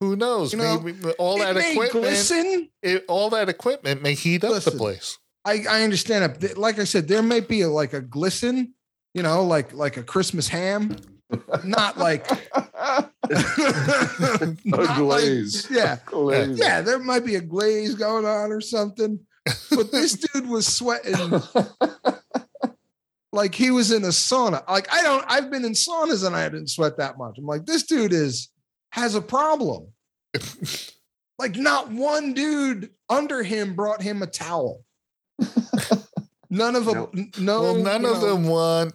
[SPEAKER 3] who knows?
[SPEAKER 1] You know,
[SPEAKER 3] Maybe all that
[SPEAKER 1] it may
[SPEAKER 3] equipment,
[SPEAKER 1] glisten.
[SPEAKER 3] it, all that equipment may heat up
[SPEAKER 1] Listen.
[SPEAKER 3] the place.
[SPEAKER 1] I, I understand it. Th- Like I said, there might be a, like a glisten, you know, like like a Christmas ham, not like, not like-
[SPEAKER 2] a glaze.
[SPEAKER 1] yeah,
[SPEAKER 2] Glaze.
[SPEAKER 1] yeah. There might be a glaze going on or something. But this dude was sweating like he was in a sauna. Like I don't. I've been in saunas and I didn't sweat that much. I'm like, this dude is has a problem. Like not one dude under him brought him a towel. None of them.
[SPEAKER 4] Nope.
[SPEAKER 1] No,
[SPEAKER 3] well, none
[SPEAKER 1] you
[SPEAKER 3] of
[SPEAKER 1] know,
[SPEAKER 3] them want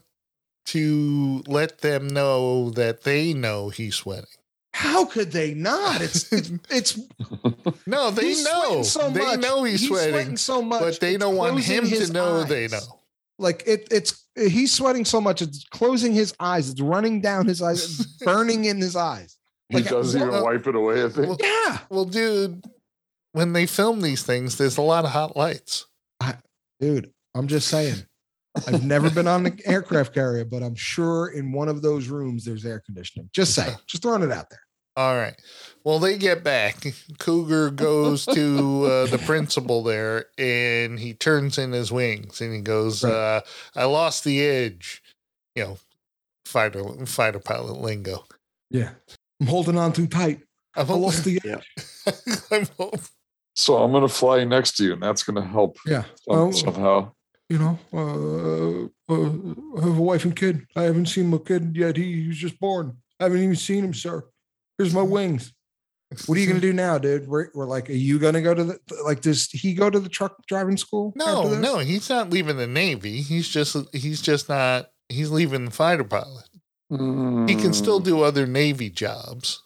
[SPEAKER 3] to let them know that they know he's sweating.
[SPEAKER 1] How could they not? It's it's, it's
[SPEAKER 3] No, they
[SPEAKER 1] he's sweating
[SPEAKER 3] know.
[SPEAKER 1] so
[SPEAKER 3] they
[SPEAKER 1] much.
[SPEAKER 3] know he's, sweating,
[SPEAKER 1] so much,
[SPEAKER 3] but they
[SPEAKER 1] it's
[SPEAKER 3] don't want
[SPEAKER 1] closing
[SPEAKER 3] him to
[SPEAKER 1] his
[SPEAKER 3] know they
[SPEAKER 1] eyes.
[SPEAKER 3] know.
[SPEAKER 1] Like it, it's he's sweating so much, it's closing his eyes, it's running down his eyes, it's burning in his eyes.
[SPEAKER 2] He
[SPEAKER 1] Like, uh,
[SPEAKER 2] doesn't even
[SPEAKER 3] well-
[SPEAKER 2] wipe it away. I think.
[SPEAKER 3] Well-
[SPEAKER 1] Yeah,
[SPEAKER 3] Well, dude, when they film these things, there's a lot of hot lights.
[SPEAKER 1] dude, I'm just saying. I've never been on an aircraft carrier, but I'm sure in one of those rooms there's air conditioning. Just saying, just throwing it out there.
[SPEAKER 3] All right. Well, they get back. Cougar goes to uh, the principal there and he turns in his wings and he goes,
[SPEAKER 1] Right.
[SPEAKER 3] uh, I lost the edge. You know, fighter fighter pilot lingo.
[SPEAKER 1] Yeah, I'm holding on too tight.
[SPEAKER 3] I'm
[SPEAKER 1] I lost the.
[SPEAKER 3] I'm hoping-
[SPEAKER 2] so I'm gonna fly next to you, and that's gonna help
[SPEAKER 1] Yeah,
[SPEAKER 2] some-
[SPEAKER 1] Oh.
[SPEAKER 2] somehow.
[SPEAKER 1] you know, uh, uh, I have a wife and kid. I haven't seen my kid yet. He, he was just born. I haven't even seen him, sir. Here's my wings. What are you gonna do now, dude? We're, we're like, are you gonna go to the like? Does he go to the truck driving school? after
[SPEAKER 3] No,
[SPEAKER 1] this?
[SPEAKER 3] no, he's not leaving the Navy. He's just he's just not he's leaving the fighter pilot.
[SPEAKER 2] Mm.
[SPEAKER 3] He can still
[SPEAKER 4] Mm.
[SPEAKER 3] do other Navy jobs.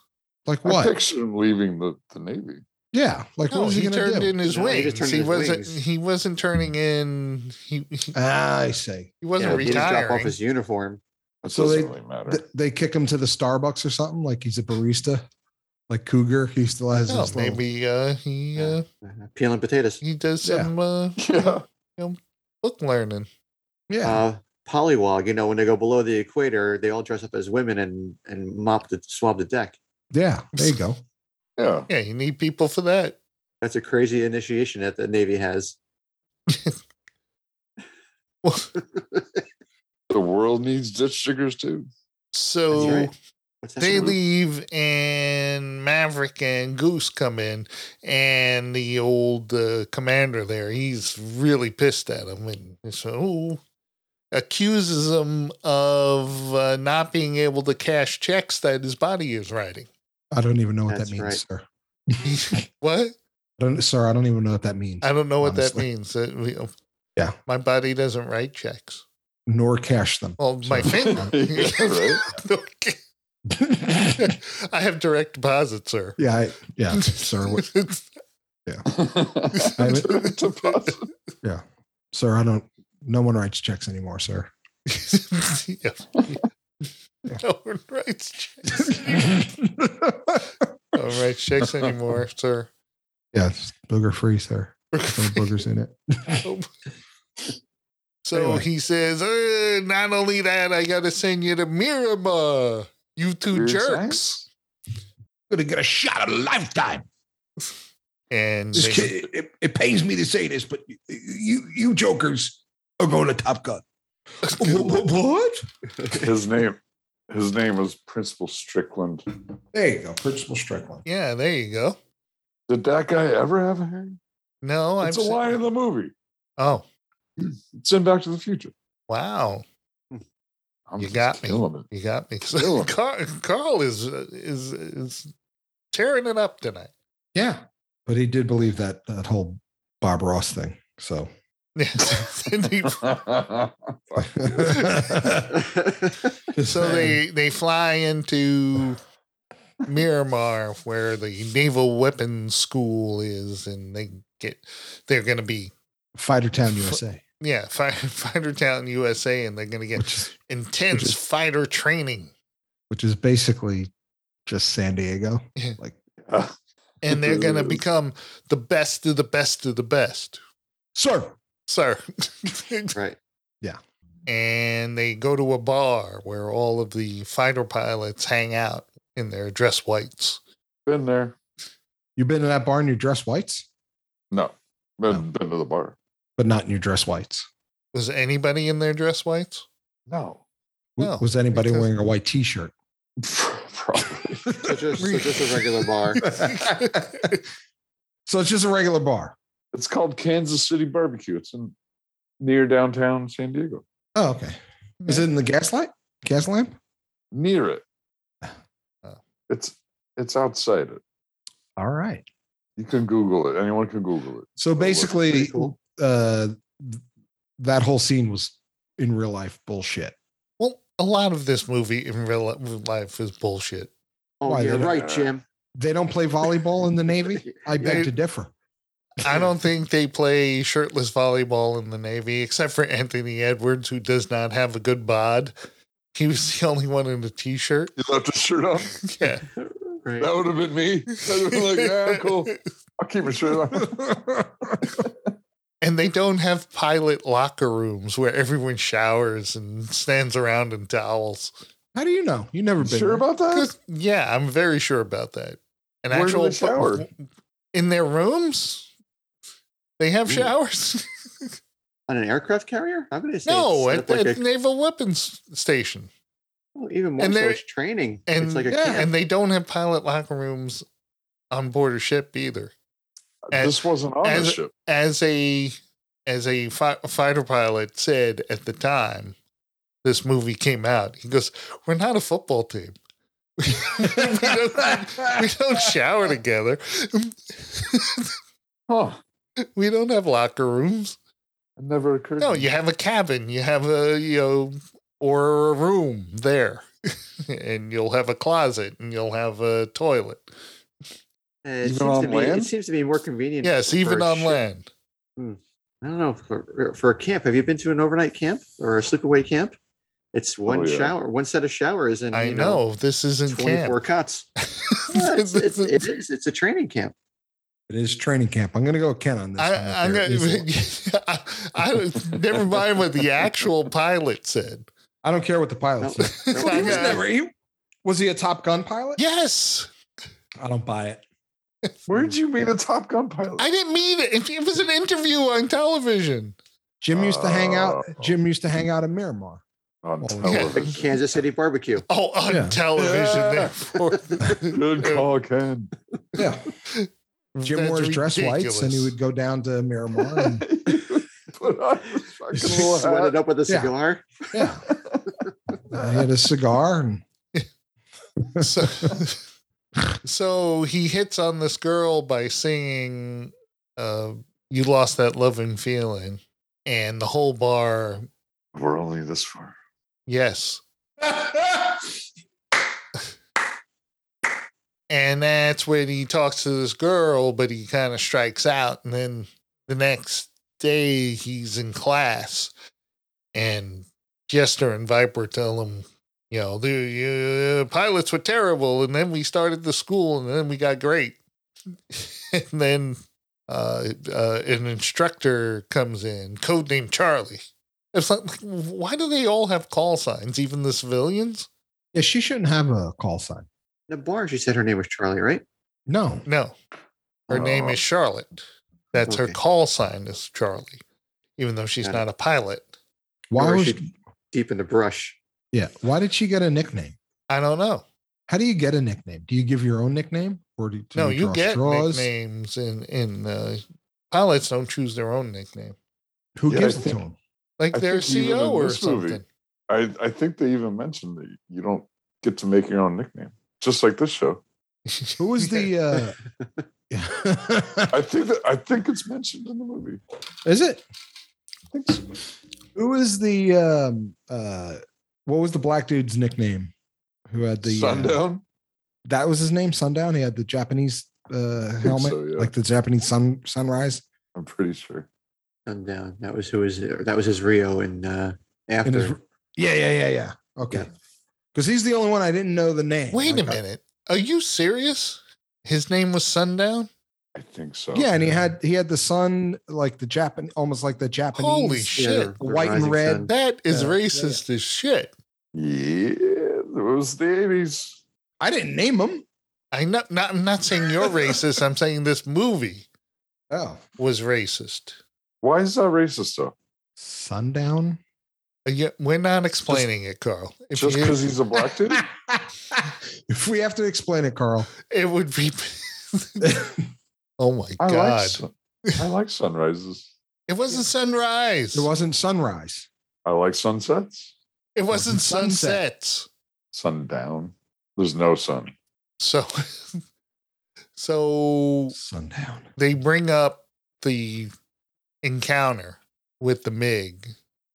[SPEAKER 1] Like
[SPEAKER 2] I
[SPEAKER 1] what?
[SPEAKER 2] picture him leaving the, the Navy.
[SPEAKER 1] Yeah, like
[SPEAKER 3] No,
[SPEAKER 1] what is he,
[SPEAKER 3] he,
[SPEAKER 1] gonna
[SPEAKER 3] turned
[SPEAKER 1] do?
[SPEAKER 3] in his
[SPEAKER 4] No, he
[SPEAKER 3] wings.
[SPEAKER 4] just
[SPEAKER 3] He,
[SPEAKER 4] turned in his
[SPEAKER 3] wasn't.
[SPEAKER 4] wings.
[SPEAKER 3] He wasn't turning in. He he,
[SPEAKER 1] ah, I see.
[SPEAKER 3] he wasn't
[SPEAKER 4] Yeah, he just drop off
[SPEAKER 3] retiring.
[SPEAKER 4] his uniform.
[SPEAKER 2] It
[SPEAKER 1] So
[SPEAKER 2] doesn't
[SPEAKER 1] they-
[SPEAKER 2] really matter.
[SPEAKER 1] Th- they kick him to the Starbucks or something. Like he's a barista, like Cougar. He still has
[SPEAKER 3] No,
[SPEAKER 1] his little-
[SPEAKER 3] maybe uh, he uh,
[SPEAKER 4] Uh, peeling potatoes.
[SPEAKER 3] he does some uh,
[SPEAKER 2] yeah,
[SPEAKER 3] book learning.
[SPEAKER 1] Yeah,
[SPEAKER 4] Uh, polywog. You know, when they go below the equator, they all dress up as women and and mop the swab the deck.
[SPEAKER 1] Yeah, there you go.
[SPEAKER 2] Yeah.
[SPEAKER 3] Yeah, you need people for that.
[SPEAKER 4] That's a crazy initiation that the Navy has.
[SPEAKER 3] Well,
[SPEAKER 2] The world needs ditch diggers too.
[SPEAKER 3] so
[SPEAKER 4] right. What's that
[SPEAKER 3] they
[SPEAKER 4] from?
[SPEAKER 3] leave, and Maverick and Goose come in, and the old uh, commander there, he's really pissed at him, and so accuses him of uh, not being able to cash checks that his body is writing.
[SPEAKER 1] I don't even know what
[SPEAKER 4] That's
[SPEAKER 1] that means,
[SPEAKER 4] right.
[SPEAKER 1] sir.
[SPEAKER 3] What?
[SPEAKER 1] I don't, sir, I don't even know what that means.
[SPEAKER 3] I don't know what that
[SPEAKER 1] Honestly.
[SPEAKER 3] means. That we-
[SPEAKER 1] Yeah.
[SPEAKER 3] my body doesn't write checks.
[SPEAKER 1] Nor cash them.
[SPEAKER 3] Well, Oh, my
[SPEAKER 1] So-
[SPEAKER 3] finger.
[SPEAKER 2] Yeah, right.
[SPEAKER 3] Okay. I have direct deposit, sir.
[SPEAKER 1] Yeah, I, yeah, sir. what-
[SPEAKER 2] Direct deposit.
[SPEAKER 1] Yeah, sir. I don't. No one writes checks anymore, sir.
[SPEAKER 3] yeah. No one writes checks. No one writes checks anymore, sir.
[SPEAKER 1] yeah, it's booger free, sir. No boogers in it.
[SPEAKER 3] So
[SPEAKER 1] Anyway.
[SPEAKER 3] he says, "Uh, not only that, I got to send you to Miramar. You two
[SPEAKER 2] Weird
[SPEAKER 3] jerks.
[SPEAKER 1] Gonna get a shot of a lifetime.
[SPEAKER 3] And
[SPEAKER 1] This
[SPEAKER 3] they-
[SPEAKER 1] kid, it, it pains me to say this, but you you jokers are going to Top Gun. what?
[SPEAKER 2] His name. His name was Principal Strickland.
[SPEAKER 1] There you go, Principal Strickland.
[SPEAKER 3] yeah, there you go.
[SPEAKER 2] Did that guy ever have a hair?
[SPEAKER 3] No,
[SPEAKER 2] it's a
[SPEAKER 3] I've seen-
[SPEAKER 2] line in the movie.
[SPEAKER 3] Oh,
[SPEAKER 2] It's in Back to the Future.
[SPEAKER 3] wow.
[SPEAKER 2] I'm
[SPEAKER 3] You got me.
[SPEAKER 2] killing it.
[SPEAKER 3] You got me.
[SPEAKER 2] Kill him.
[SPEAKER 3] Carl, Carl is uh, is is tearing it up tonight.
[SPEAKER 1] Yeah, but he did believe that that whole Bob Ross thing. So
[SPEAKER 3] so
[SPEAKER 1] saying.
[SPEAKER 3] they they fly into Miramar, where the naval weapons school is, and they get they're going to be
[SPEAKER 1] Fighter Town, USA.
[SPEAKER 3] yeah fi- fighter town USA, and they're going to get
[SPEAKER 1] Which is,
[SPEAKER 3] intense
[SPEAKER 1] is-
[SPEAKER 3] fighter training,
[SPEAKER 1] which is basically just San Diego.
[SPEAKER 3] Yeah.
[SPEAKER 1] Like
[SPEAKER 3] and they're going to
[SPEAKER 2] Yes.
[SPEAKER 3] become the best of the best of the best,
[SPEAKER 1] Sir.
[SPEAKER 3] sir.
[SPEAKER 4] Right.
[SPEAKER 3] and they go to a bar where all of the fighter pilots hang out in their dress whites.
[SPEAKER 2] Been there.
[SPEAKER 1] You've been to that bar in your dress whites,
[SPEAKER 2] No. Been, been to the bar.
[SPEAKER 1] but not in your dress whites.
[SPEAKER 3] Was anybody in their dress whites?
[SPEAKER 2] No.
[SPEAKER 1] W-
[SPEAKER 3] No,
[SPEAKER 1] was anybody
[SPEAKER 3] Oh, because-
[SPEAKER 1] wearing a white t-shirt?
[SPEAKER 2] Probably.
[SPEAKER 4] So just, so just a regular bar.
[SPEAKER 1] so it's just a regular bar.
[SPEAKER 2] It's called Kansas City Barbecue. It's in near downtown San Diego.
[SPEAKER 1] Oh, okay. Is it in the gaslight? Gas lamp?
[SPEAKER 2] Near it.
[SPEAKER 3] Oh.
[SPEAKER 2] It's it's outside it.
[SPEAKER 1] All right.
[SPEAKER 2] You can Google it. Anyone can Google it.
[SPEAKER 1] So basically,
[SPEAKER 4] Pretty cool.
[SPEAKER 1] uh, th- that whole scene was in real life bullshit.
[SPEAKER 3] Well, a lot of this movie in real li- real life is bullshit.
[SPEAKER 4] Oh,
[SPEAKER 1] Why,
[SPEAKER 4] you're
[SPEAKER 1] they-
[SPEAKER 4] right, Jim.
[SPEAKER 1] They don't play volleyball in the Navy. I beg to differ.
[SPEAKER 3] I don't think they play shirtless volleyball in the Navy, except for Anthony Edwards, who does not have a good bod. He was the only one in a t-shirt.
[SPEAKER 2] You left a shirt on.
[SPEAKER 3] Yeah,
[SPEAKER 4] Right.
[SPEAKER 2] That would have been me. I'd have been like, yeah, cool. I'll keep a shirt on.
[SPEAKER 3] And they don't have pilot locker rooms where everyone showers and stands around in towels.
[SPEAKER 1] How do you know? You never been
[SPEAKER 2] Sure
[SPEAKER 1] there.
[SPEAKER 2] about that?
[SPEAKER 3] 'Cause- yeah, I'm very sure about that. An
[SPEAKER 2] Where do
[SPEAKER 3] actual
[SPEAKER 2] they shower?
[SPEAKER 3] in their rooms. They have
[SPEAKER 4] Ooh.
[SPEAKER 3] showers.
[SPEAKER 4] On an aircraft carrier? I'm going to say
[SPEAKER 3] no,
[SPEAKER 4] it's
[SPEAKER 3] at,
[SPEAKER 4] set up
[SPEAKER 3] at
[SPEAKER 4] like a,
[SPEAKER 3] Naval Weapons Station.
[SPEAKER 4] well, even more
[SPEAKER 3] and
[SPEAKER 4] so
[SPEAKER 3] they're-
[SPEAKER 4] it's training.
[SPEAKER 3] and
[SPEAKER 4] it's like a
[SPEAKER 1] yeah,
[SPEAKER 4] camp.
[SPEAKER 3] and they don't have pilot locker rooms on board a ship either. As-
[SPEAKER 2] this wasn't on the
[SPEAKER 3] as-
[SPEAKER 2] ship.
[SPEAKER 3] As a as a fi- fighter pilot said at the time this movie came out, he goes, "We're not a football team. we, don't, we don't shower together.
[SPEAKER 2] Huh.
[SPEAKER 3] We don't have locker rooms.
[SPEAKER 2] It never occurred.
[SPEAKER 3] No,
[SPEAKER 2] to me.
[SPEAKER 3] you have a cabin. You have a you know or a room there." And you'll have a closet and you'll have a toilet.
[SPEAKER 4] Uh, it,
[SPEAKER 2] Even
[SPEAKER 4] seems
[SPEAKER 2] on
[SPEAKER 4] to be, it
[SPEAKER 2] land?
[SPEAKER 4] seems to be more convenient.
[SPEAKER 3] Yes,
[SPEAKER 4] for
[SPEAKER 3] even
[SPEAKER 4] a
[SPEAKER 3] on
[SPEAKER 4] ship.
[SPEAKER 3] land.
[SPEAKER 4] I don't know for, for a camp. Have you been to an overnight camp or a sleepaway camp? It's one
[SPEAKER 2] yeah.
[SPEAKER 4] shower, one set of showers, and
[SPEAKER 3] Oh, I
[SPEAKER 4] you
[SPEAKER 3] know this isn't camp.
[SPEAKER 4] twenty-four cuts. Yeah, it's, it's, it is. It's a training camp.
[SPEAKER 1] It is training camp. I'm going to go with Ken on this. one.
[SPEAKER 3] I, I'm
[SPEAKER 1] There
[SPEAKER 3] gonna,
[SPEAKER 1] is a-
[SPEAKER 3] I, I don't- never mind what the actual pilot said.
[SPEAKER 1] I don't care what the pilot
[SPEAKER 4] No.
[SPEAKER 1] said.
[SPEAKER 3] Well,
[SPEAKER 1] he was
[SPEAKER 3] yeah.
[SPEAKER 1] never. He, was he a Top Gun pilot?
[SPEAKER 3] Yes,
[SPEAKER 1] I don't buy it.
[SPEAKER 2] Where'd you meet a Top Gun pilot?
[SPEAKER 3] I didn't mean it. It it was an interview on television.
[SPEAKER 1] Jim used to hang out.
[SPEAKER 2] Oh.
[SPEAKER 1] Jim used to hang out in Miramar.
[SPEAKER 2] On
[SPEAKER 1] Oh,
[SPEAKER 2] television.
[SPEAKER 4] Kansas City barbecue.
[SPEAKER 3] Oh, on
[SPEAKER 1] Yeah.
[SPEAKER 3] television.
[SPEAKER 2] Yeah.
[SPEAKER 3] Therefore,
[SPEAKER 2] Good call, Ken.
[SPEAKER 1] Yeah, Jim
[SPEAKER 3] That's
[SPEAKER 1] wore his dress whites, and he
[SPEAKER 3] ridiculous.
[SPEAKER 1] would go down to Miramar. And,
[SPEAKER 2] Put on his fucking little
[SPEAKER 4] Sweat it
[SPEAKER 2] hat.
[SPEAKER 4] up with a
[SPEAKER 1] Yeah.
[SPEAKER 4] cigar.
[SPEAKER 1] yeah, Uh, he had a cigar, and
[SPEAKER 3] so, so he hits on this girl by singing uh, You Lost That Loving Feeling. And the whole bar,
[SPEAKER 2] We're only this far.
[SPEAKER 3] yes. And that's when he talks to this girl, but he kind of strikes out. And then the next day, he's in class, and Jester and Viper tell him, you know, the uh, pilots were terrible. And then we started the school, and then we got great. and then uh, uh, an instructor comes in, codenamed Charlie. It's like, why do they all have call signs, even the civilians?
[SPEAKER 1] yeah, she shouldn't have a call sign.
[SPEAKER 4] The bar. She said her name was Charlie, right?
[SPEAKER 1] No,
[SPEAKER 3] No. Her name is Charlotte. That's her
[SPEAKER 4] Okay.
[SPEAKER 3] call sign is Charlie, even though she's
[SPEAKER 4] Got it.
[SPEAKER 3] not a pilot.
[SPEAKER 1] why
[SPEAKER 4] Or
[SPEAKER 1] was
[SPEAKER 4] she deep in the brush?
[SPEAKER 1] yeah? Why did she get a nickname?
[SPEAKER 3] I don't know.
[SPEAKER 1] How do you get a nickname? Do you give your own nickname, or do, do
[SPEAKER 3] no, you
[SPEAKER 1] draw
[SPEAKER 3] get nicknames in in uh, pilots don't choose their own nickname,
[SPEAKER 1] Who
[SPEAKER 2] Yeah,
[SPEAKER 1] gives
[SPEAKER 2] I
[SPEAKER 1] it
[SPEAKER 2] think-
[SPEAKER 1] to him?
[SPEAKER 3] like
[SPEAKER 2] I
[SPEAKER 3] their
[SPEAKER 2] think even
[SPEAKER 3] CEO
[SPEAKER 2] in
[SPEAKER 3] or
[SPEAKER 2] this movie-
[SPEAKER 3] something.
[SPEAKER 2] I, I think they even mentioned that you don't get to make your own nickname, just like this show.
[SPEAKER 1] Who was the? uh
[SPEAKER 2] I think that I think it's mentioned in the movie.
[SPEAKER 1] Is it?
[SPEAKER 2] I think so.
[SPEAKER 1] Who was the? um uh What was the black dude's nickname? Who had the? uh,
[SPEAKER 2] Sundown.
[SPEAKER 1] that was his name. Sundown. He had the Japanese uh
[SPEAKER 2] think
[SPEAKER 1] helmet,
[SPEAKER 2] so, yeah.
[SPEAKER 1] like the Japanese sun sunrise
[SPEAKER 2] I'm pretty sure.
[SPEAKER 4] Sundown. uh, That was who was that was his Rio and uh after
[SPEAKER 1] in his. Yeah, yeah, yeah, yeah. Okay. Because he's the only one I didn't know the name.
[SPEAKER 3] Wait a
[SPEAKER 1] Like, I-
[SPEAKER 3] minute, are you serious? His name was Sundown.
[SPEAKER 2] I think so.
[SPEAKER 1] Yeah, and he
[SPEAKER 2] Yeah.
[SPEAKER 1] had he had the sun like the Japan, almost like the Japanese.
[SPEAKER 3] Holy
[SPEAKER 4] Yeah,
[SPEAKER 3] shit!
[SPEAKER 4] the- the
[SPEAKER 1] White and
[SPEAKER 4] Rising
[SPEAKER 1] red.
[SPEAKER 4] Sun.
[SPEAKER 3] That is
[SPEAKER 1] Yeah, yeah,
[SPEAKER 3] racist as shit.
[SPEAKER 2] Yeah, it was the 80s.
[SPEAKER 1] I didn't name him.
[SPEAKER 3] I not, not I'm not saying you're racist. I'm saying this movie
[SPEAKER 1] Oh,
[SPEAKER 3] was racist.
[SPEAKER 2] Why is that racist though?
[SPEAKER 1] sundown.
[SPEAKER 3] Uh, Yeah, we're not explaining it, Carl. If
[SPEAKER 2] Just
[SPEAKER 3] you-
[SPEAKER 2] because he's a black dude?
[SPEAKER 1] if we have to explain it, Carl.
[SPEAKER 3] it would be.
[SPEAKER 1] it
[SPEAKER 3] oh my
[SPEAKER 2] I like,
[SPEAKER 3] god!
[SPEAKER 2] sun- I like sunrises.
[SPEAKER 3] It wasn't sunrise. It, was,
[SPEAKER 1] wasn't sunrise.
[SPEAKER 2] I like sunsets.
[SPEAKER 3] not
[SPEAKER 1] wasn't sunset.
[SPEAKER 3] sunsets.
[SPEAKER 2] Sundown. There's no sun.
[SPEAKER 3] So, so
[SPEAKER 1] Sundown.
[SPEAKER 3] they bring up the encounter with the Mig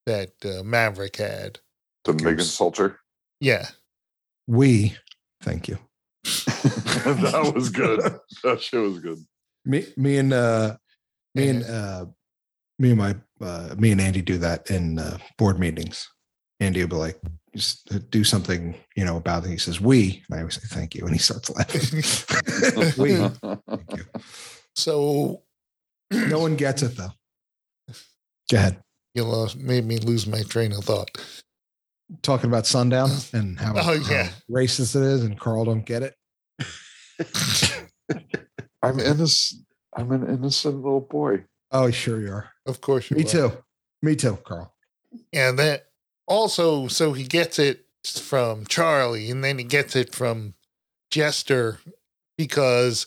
[SPEAKER 3] that uh, Maverick had.
[SPEAKER 2] The Megan Salter.
[SPEAKER 3] Yeah,
[SPEAKER 1] We. Thank you.
[SPEAKER 2] that was good. That shit was good.
[SPEAKER 1] Me, me and uh, me and
[SPEAKER 3] And-
[SPEAKER 1] uh, me and my uh, me and Andy do that in uh, board meetings. Andy will be like, just uh, do something, you know, about it. He says, "We," and I always say, "Thank you," and he starts laughing. we. Thank you.
[SPEAKER 3] so
[SPEAKER 1] No one gets it though. Go ahead.
[SPEAKER 3] you lost, made me lose my train of thought.
[SPEAKER 1] Talking about sundown and how,
[SPEAKER 3] Oh,
[SPEAKER 1] how
[SPEAKER 3] yeah.
[SPEAKER 1] racist it is, and Carl don't get it.
[SPEAKER 2] I'm innocent. I'm an innocent little boy.
[SPEAKER 1] Oh, sure you are.
[SPEAKER 3] Of course, you
[SPEAKER 1] Me
[SPEAKER 3] are.
[SPEAKER 1] too. Me too, Carl.
[SPEAKER 3] And that also, so he gets it from Charlie and then he gets it from Jester because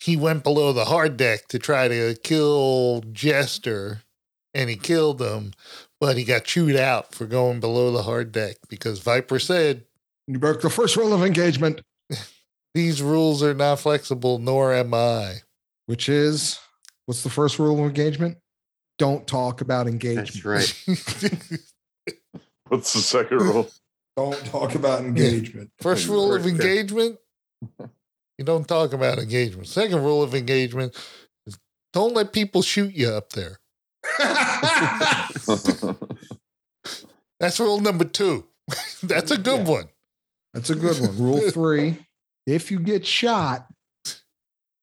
[SPEAKER 3] he went below the hard deck to try to kill Jester and he killed him, but he got chewed out for going below the hard deck because Viper said,
[SPEAKER 1] You broke the first rule of engagement,
[SPEAKER 3] These rules are not flexible, nor am I.
[SPEAKER 1] which is what's the first rule of engagement? Don't talk about engagement.
[SPEAKER 4] That's right.
[SPEAKER 2] What's the second rule?
[SPEAKER 1] Don't talk about engagement.
[SPEAKER 3] First rule of
[SPEAKER 2] Perfect.
[SPEAKER 3] engagement, you don't talk about engagement. Second rule of engagement is don't let people shoot you up there. That's rule number two. That's a good
[SPEAKER 1] Yeah.
[SPEAKER 3] one.
[SPEAKER 1] That's a good one. Rule three if you get shot,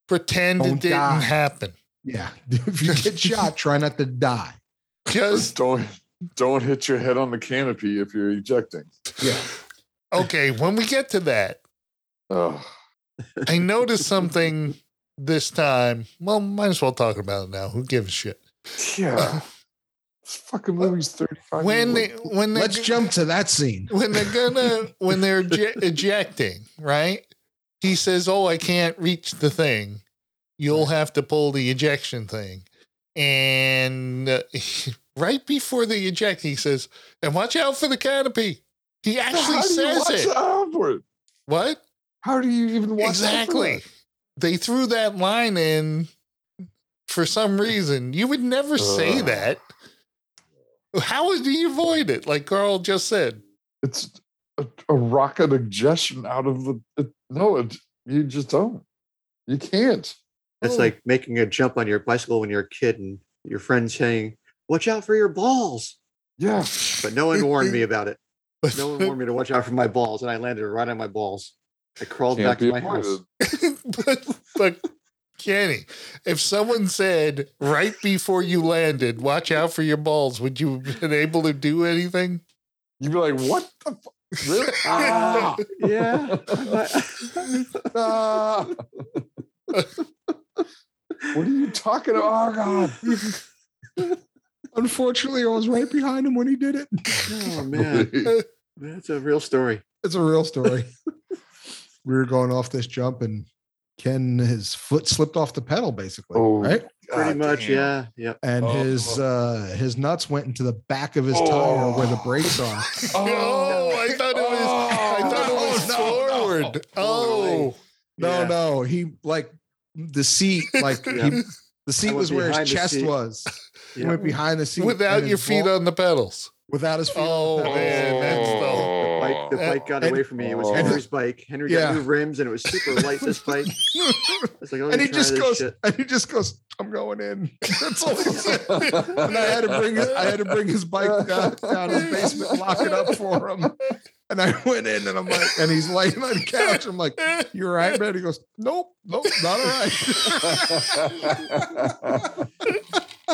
[SPEAKER 3] Pretend
[SPEAKER 1] Don't
[SPEAKER 3] it didn't
[SPEAKER 1] die.
[SPEAKER 3] happen.
[SPEAKER 1] Yeah. If you get shot, try not to die.
[SPEAKER 3] Just
[SPEAKER 2] don't don't hit your head on the canopy if you're ejecting.
[SPEAKER 1] Yeah.
[SPEAKER 3] okay. When we get to that,
[SPEAKER 2] Ugh.
[SPEAKER 3] I noticed something this time. Well, might as well talk about it now. Who gives a shit?
[SPEAKER 2] yeah, this fucking movie's thirty five.
[SPEAKER 3] When they, when they
[SPEAKER 1] Let's jump to that scene.
[SPEAKER 3] when they're gonna when they're eje- ejecting, right? He says, "Oh, I can't reach the thing. You'll have to pull the ejection thing." And uh, right before the eject, he says, "And watch out for the canopy." He actually
[SPEAKER 2] how do you
[SPEAKER 3] says
[SPEAKER 2] watch
[SPEAKER 3] it.
[SPEAKER 2] out for it?
[SPEAKER 3] What
[SPEAKER 2] How do you even watch out for
[SPEAKER 3] exactly?
[SPEAKER 2] that?
[SPEAKER 3] They threw that line in for some reason. You would never say
[SPEAKER 2] Ugh.
[SPEAKER 3] that. How would you avoid it? Like Carl just said.
[SPEAKER 2] It's a, a rocket ejection out of the. It, no, it, you just don't. You can't.
[SPEAKER 4] That's like making a jump on your bicycle when you're a kid and your friend saying, Watch out for your balls.
[SPEAKER 2] Yeah,
[SPEAKER 4] But no one warned me about it. No one warned me to watch out for my balls. And I landed right on my balls. I crawled
[SPEAKER 2] Can't
[SPEAKER 4] back
[SPEAKER 2] be
[SPEAKER 4] to my house.
[SPEAKER 2] avoided.
[SPEAKER 3] but, but Kenny, if someone said right before you landed, watch out for your balls, would you have been able to do anything?
[SPEAKER 2] You'd be like, what the? Fu- really?
[SPEAKER 4] Ah, yeah.
[SPEAKER 2] Ah. what are you talking about? Oh God!
[SPEAKER 1] Unfortunately, I was right behind him when he did it.
[SPEAKER 4] oh, man. That's a real story.
[SPEAKER 1] It's a real story. we were going off this jump and Ken, his foot slipped off the pedal basically.
[SPEAKER 2] Oh,
[SPEAKER 1] right.
[SPEAKER 4] Pretty
[SPEAKER 2] God
[SPEAKER 4] much.
[SPEAKER 2] damn.
[SPEAKER 4] Yeah. Yep.
[SPEAKER 1] And
[SPEAKER 2] oh.
[SPEAKER 1] his uh his nuts went into the back of his tire where the
[SPEAKER 2] Oh.
[SPEAKER 1] brakes are.
[SPEAKER 3] Oh, I thought it was. I thought it
[SPEAKER 2] Oh,
[SPEAKER 3] was
[SPEAKER 2] no,
[SPEAKER 3] forward. Oh,
[SPEAKER 1] No,
[SPEAKER 4] Yeah.
[SPEAKER 1] no. He like the seat, like he, the seat
[SPEAKER 4] went
[SPEAKER 1] was where
[SPEAKER 4] behind
[SPEAKER 1] his
[SPEAKER 4] the
[SPEAKER 1] chest
[SPEAKER 4] seat.
[SPEAKER 1] was. He
[SPEAKER 4] Yep.
[SPEAKER 1] went behind the seat
[SPEAKER 3] without
[SPEAKER 1] and
[SPEAKER 3] your
[SPEAKER 1] his
[SPEAKER 3] feet
[SPEAKER 1] ball-
[SPEAKER 3] on the pedals.
[SPEAKER 1] Without his feet.
[SPEAKER 3] Oh,
[SPEAKER 1] on the pedals.
[SPEAKER 3] man, that's
[SPEAKER 4] Oh.
[SPEAKER 3] the.
[SPEAKER 4] The bike, the
[SPEAKER 3] Oh.
[SPEAKER 4] bike got
[SPEAKER 1] And-
[SPEAKER 4] away from me. It was
[SPEAKER 2] Oh.
[SPEAKER 4] Henry's bike. Henry
[SPEAKER 1] Yeah.
[SPEAKER 4] got new rims and it was super light, this bike. I was like, oh,
[SPEAKER 1] And he
[SPEAKER 4] try
[SPEAKER 1] just
[SPEAKER 4] this
[SPEAKER 1] goes,
[SPEAKER 4] shit.
[SPEAKER 1] and he just goes, "I'm going in." That's all he said. And I had to bring his, I had to bring his bike down, down his basement, lock it up for him. And I went in, and I'm like, and he's laying on the couch. I'm like, "You all right, man?" He goes, "Nope, nope, not all right."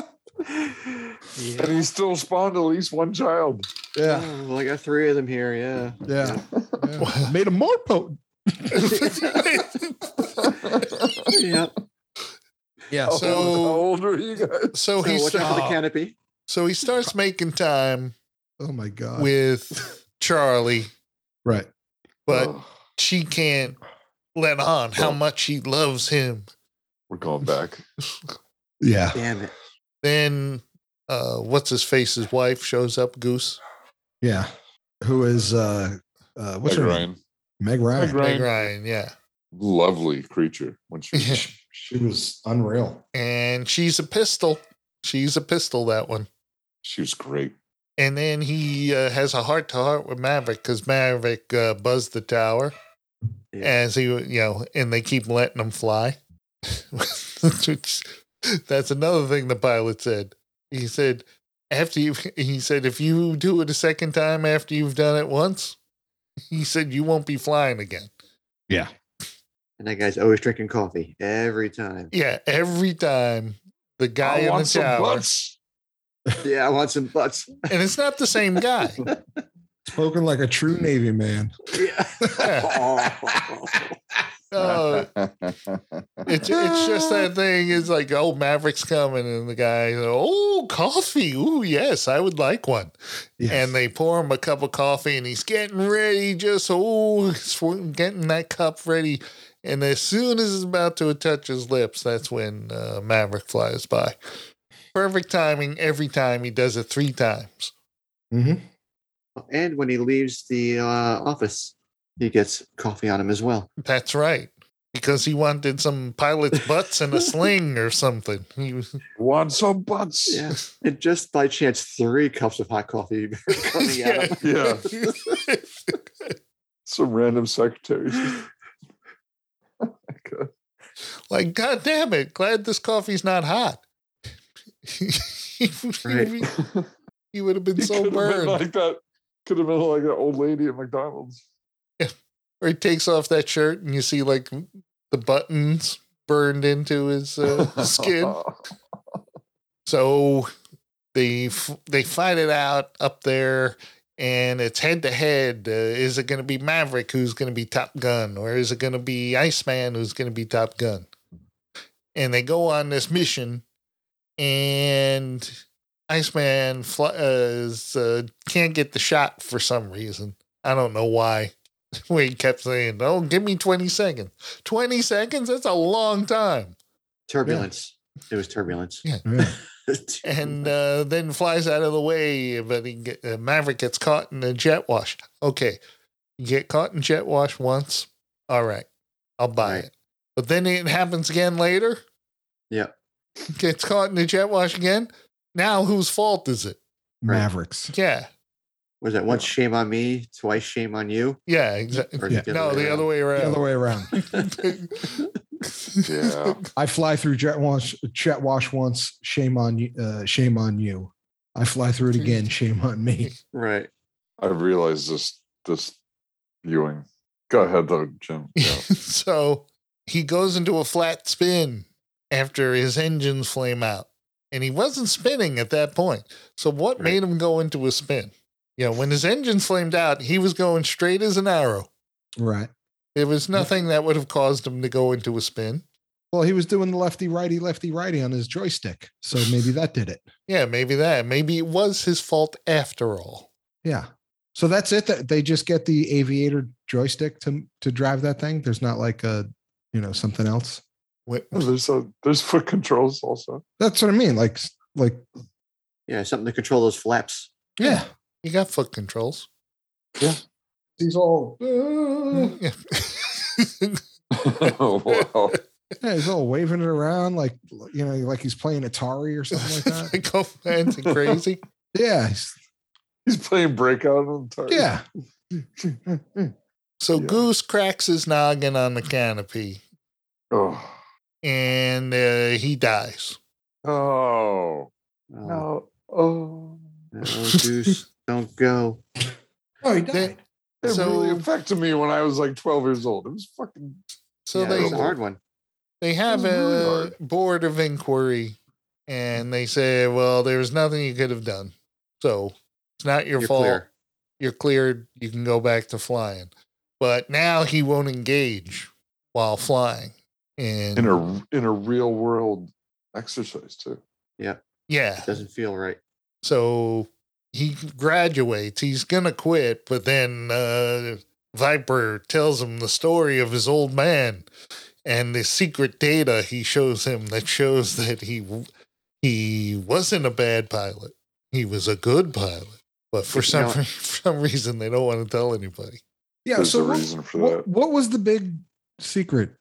[SPEAKER 2] and he still spawned at least one child.
[SPEAKER 1] yeah,
[SPEAKER 4] Oh, well, I got three of them here. Yeah. Oh.
[SPEAKER 1] yeah, yeah. Made him more potent.
[SPEAKER 4] yeah.
[SPEAKER 1] Yeah.
[SPEAKER 2] How
[SPEAKER 1] So
[SPEAKER 3] So-
[SPEAKER 2] old- how old are you guys?
[SPEAKER 3] so
[SPEAKER 4] So
[SPEAKER 3] he
[SPEAKER 4] watch out for the
[SPEAKER 3] starts.
[SPEAKER 4] canopy.
[SPEAKER 3] So he starts making time
[SPEAKER 1] Oh my god.
[SPEAKER 3] with Charlie,
[SPEAKER 1] right.
[SPEAKER 3] but
[SPEAKER 2] Oh.
[SPEAKER 3] she can't let on how much she loves him.
[SPEAKER 2] we're going back.
[SPEAKER 1] Yeah.
[SPEAKER 4] Damn it.
[SPEAKER 3] Then uh what's his face's wife shows up, Goose.
[SPEAKER 1] Yeah. Who is uh uh what's
[SPEAKER 2] Meg
[SPEAKER 1] her name?
[SPEAKER 2] Ryan.
[SPEAKER 1] Meg Ryan.
[SPEAKER 2] Meg
[SPEAKER 3] Meg
[SPEAKER 2] Ryan,
[SPEAKER 3] Ryan, yeah.
[SPEAKER 2] lovely creature. When she,
[SPEAKER 1] She was unreal.
[SPEAKER 3] And she's a pistol. She's a pistol, that one.
[SPEAKER 2] she was great.
[SPEAKER 3] And then he uh, has a heart to heart with Maverick because Maverick uh, buzzed the tower
[SPEAKER 4] Yeah.
[SPEAKER 3] as he, you know, and they keep letting him fly. Which- That's another thing the pilot said. He said, after you, he said, if you do it a second time after you've done it once, he said, you won't be flying again.
[SPEAKER 4] And that guy's always drinking coffee every time.
[SPEAKER 3] Yeah, every time the guy
[SPEAKER 2] I
[SPEAKER 3] in the
[SPEAKER 2] want some
[SPEAKER 3] tower,
[SPEAKER 2] butts.
[SPEAKER 4] Yeah, I want some butts.
[SPEAKER 3] and it's not the same guy.
[SPEAKER 1] Spoken like a true Navy man.
[SPEAKER 4] Yeah.
[SPEAKER 3] Yeah. No, it's, it's just that thing. It's like, oh, Maverick's coming, and the guy, oh, coffee. Ooh, yes, I would like one.
[SPEAKER 1] Yes.
[SPEAKER 3] And they pour him a cup of coffee, and he's getting ready, just oh, sw- getting that cup ready. And as soon as it's about to touch his lips, that's when uh, Maverick flies by. Perfect timing every time. He does it three times.
[SPEAKER 1] Mhm.
[SPEAKER 4] and when he leaves the uh, office, he gets coffee on him as well.
[SPEAKER 3] That's right. Because he wanted some pilot's butts in a sling or something. He was,
[SPEAKER 2] want some butts.
[SPEAKER 4] Yeah. and just by chance, three cups of hot coffee are coming out.
[SPEAKER 2] Yeah. Some random secretary. Oh
[SPEAKER 3] like, God damn it. Glad this coffee's not hot. he,
[SPEAKER 4] Right.
[SPEAKER 3] would have been
[SPEAKER 2] He
[SPEAKER 3] so
[SPEAKER 2] could've been
[SPEAKER 3] burned.
[SPEAKER 2] like that. Could have been like that old lady at McDonald's.
[SPEAKER 3] or he takes off that shirt and you see like the buttons burned into his uh, skin. So they f- they fight it out up there, and it's head to head. uh, Is it going to be Maverick who's going to be Top Gun, or is it going to be Iceman who's going to be Top Gun? And they go on this mission, and Iceman fl- uh, is, uh, can't get the shot for some reason. I don't know why. Wade kept saying, "Oh, give me twenty seconds. Twenty seconds? That's a long time."
[SPEAKER 4] Turbulence. It was turbulence.
[SPEAKER 3] Yeah. and uh, then flies out of the way. But he get, uh, Maverick gets caught in a jet wash. Okay, you get caught in jet wash once. All right, I'll buy
[SPEAKER 4] Right.
[SPEAKER 3] it. But then it happens again later.
[SPEAKER 4] Yeah.
[SPEAKER 3] gets caught in a jet wash again. Now whose fault is it?
[SPEAKER 4] Right.
[SPEAKER 1] Mavericks.
[SPEAKER 3] Yeah,
[SPEAKER 4] was that once shame on me, twice shame on you?
[SPEAKER 3] yeah, exactly.
[SPEAKER 4] Or
[SPEAKER 1] Yeah.
[SPEAKER 4] is it
[SPEAKER 3] No, the other way around.
[SPEAKER 1] The other way around.
[SPEAKER 2] yeah.
[SPEAKER 1] I fly through jet wash, jet wash once. Shame on you. Uh, shame on you. I fly through it again. Shame on me.
[SPEAKER 4] Right.
[SPEAKER 2] I realized this this viewing. Go ahead though, Jim. Yeah.
[SPEAKER 3] so he goes into a flat spin after his engines flame out. And he wasn't spinning at that point. So what
[SPEAKER 4] Right.
[SPEAKER 3] made him go into a spin? You know, when his engines flamed out, he was going straight as an arrow.
[SPEAKER 1] Right.
[SPEAKER 3] There was nothing that would have caused him to go into a spin.
[SPEAKER 1] Well, he was doing the lefty righty, lefty righty on his joystick. So maybe that did it.
[SPEAKER 3] Yeah, maybe that. Maybe it was his fault after all.
[SPEAKER 1] Yeah. So that's it. That they just get the aviator joystick to to drive that thing. There's not like a you know something else.
[SPEAKER 3] Wh-
[SPEAKER 1] Hmm.
[SPEAKER 2] There's a, there's foot controls also.
[SPEAKER 1] That's what I mean. Like like
[SPEAKER 4] Yeah, something to control those flaps.
[SPEAKER 1] yeah.
[SPEAKER 3] You got foot controls.
[SPEAKER 5] He's all.
[SPEAKER 1] Hmm.
[SPEAKER 3] Yeah.
[SPEAKER 2] wow.
[SPEAKER 1] Yeah, he's all waving it around like you know like he's playing Atari or something like that.
[SPEAKER 3] They go fancy crazy.
[SPEAKER 1] yeah. he's-
[SPEAKER 2] He's playing breakout on the target.
[SPEAKER 1] Yeah.
[SPEAKER 3] So
[SPEAKER 2] Yeah.
[SPEAKER 3] Goose cracks his noggin on the canopy
[SPEAKER 2] Oh.
[SPEAKER 3] and uh, he dies.
[SPEAKER 2] oh.
[SPEAKER 4] Oh,
[SPEAKER 2] No. Oh.
[SPEAKER 4] no, Goose, don't go.
[SPEAKER 5] Oh, he
[SPEAKER 3] They-
[SPEAKER 5] died.
[SPEAKER 2] It
[SPEAKER 3] So-
[SPEAKER 2] really affected me when I was like 12 years old. It was fucking
[SPEAKER 3] So
[SPEAKER 4] yeah,
[SPEAKER 3] they
[SPEAKER 4] that was a hard one.
[SPEAKER 3] they have
[SPEAKER 2] That was really
[SPEAKER 3] a
[SPEAKER 2] hard.
[SPEAKER 3] board of inquiry, and they say, "Well, there was nothing you could have done, so it's not your
[SPEAKER 4] You're
[SPEAKER 3] fault.
[SPEAKER 4] clear.
[SPEAKER 3] You're cleared. You can go back to flying." But now he won't engage while flying, and
[SPEAKER 2] in a in a real world exercise too.
[SPEAKER 3] yeah,
[SPEAKER 4] Doesn't feel right.
[SPEAKER 3] So he graduates. He's gonna quit, but then uh, Viper tells him the story of his old man and the secret data he shows him that shows that he he wasn't a bad pilot. He was a good pilot, but for some
[SPEAKER 4] Yeah.
[SPEAKER 3] for some reason they don't want to tell anybody.
[SPEAKER 1] Yeah.
[SPEAKER 2] There's
[SPEAKER 1] so
[SPEAKER 2] a
[SPEAKER 1] what-
[SPEAKER 2] reason for
[SPEAKER 1] what, what was the big secret?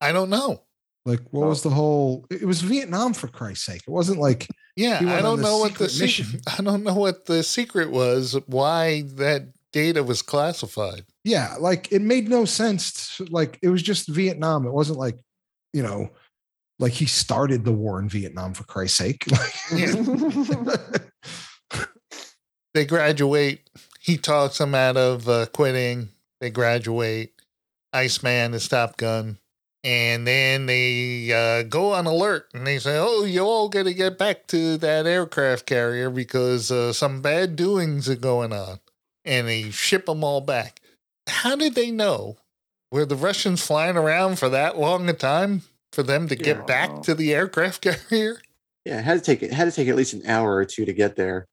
[SPEAKER 3] I don't know.
[SPEAKER 1] Like, what was the whole? It was Vietnam for Christ's sake. It wasn't like
[SPEAKER 3] Yeah,
[SPEAKER 1] He went
[SPEAKER 3] I
[SPEAKER 1] on
[SPEAKER 3] don't
[SPEAKER 1] the
[SPEAKER 3] know what the
[SPEAKER 1] secret
[SPEAKER 3] secret,
[SPEAKER 1] mission.
[SPEAKER 3] I don't know what the secret was. Why that data was classified?
[SPEAKER 1] yeah, like it made no sense. to- Like it was just Vietnam. It wasn't like you know, like he started the war in Vietnam for Christ's sake.
[SPEAKER 3] Yeah.
[SPEAKER 2] that.
[SPEAKER 3] they graduate. He talks them out of uh, quitting. They graduate. Iceman is Top Gun. And then they uh, go on alert and they say, Oh, you all got to get back to that aircraft carrier because uh, some bad doings are going on. And they ship them all back. How did they know? Were the Russians flying around for that long a time for them to get
[SPEAKER 4] Yeah.
[SPEAKER 3] back to the aircraft carrier?
[SPEAKER 4] Yeah, it had to take it had to take at least an hour or two to get there.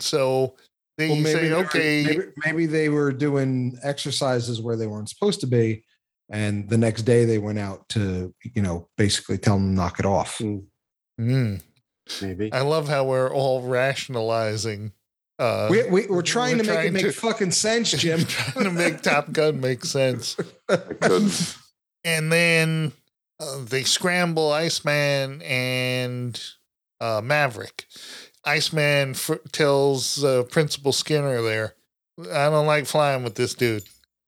[SPEAKER 3] So they say,
[SPEAKER 1] they were-
[SPEAKER 3] Okay.
[SPEAKER 1] maybe, maybe they were doing exercises where they weren't supposed to be, and the next day they went out to you know basically tell them to knock it off.
[SPEAKER 3] Hmm.
[SPEAKER 4] Maybe.
[SPEAKER 3] I love how we're all rationalizing. Uh,
[SPEAKER 1] we, we, we're trying
[SPEAKER 3] we're
[SPEAKER 1] to
[SPEAKER 3] trying
[SPEAKER 1] make it
[SPEAKER 3] to-
[SPEAKER 1] make fucking sense, Jim.
[SPEAKER 3] trying to make Top Gun make sense.
[SPEAKER 2] I couldn't.
[SPEAKER 3] And then uh, they scramble Iceman and uh, Maverick. Iceman f- tells uh, Principal Skinner there, I don't like flying with this dude.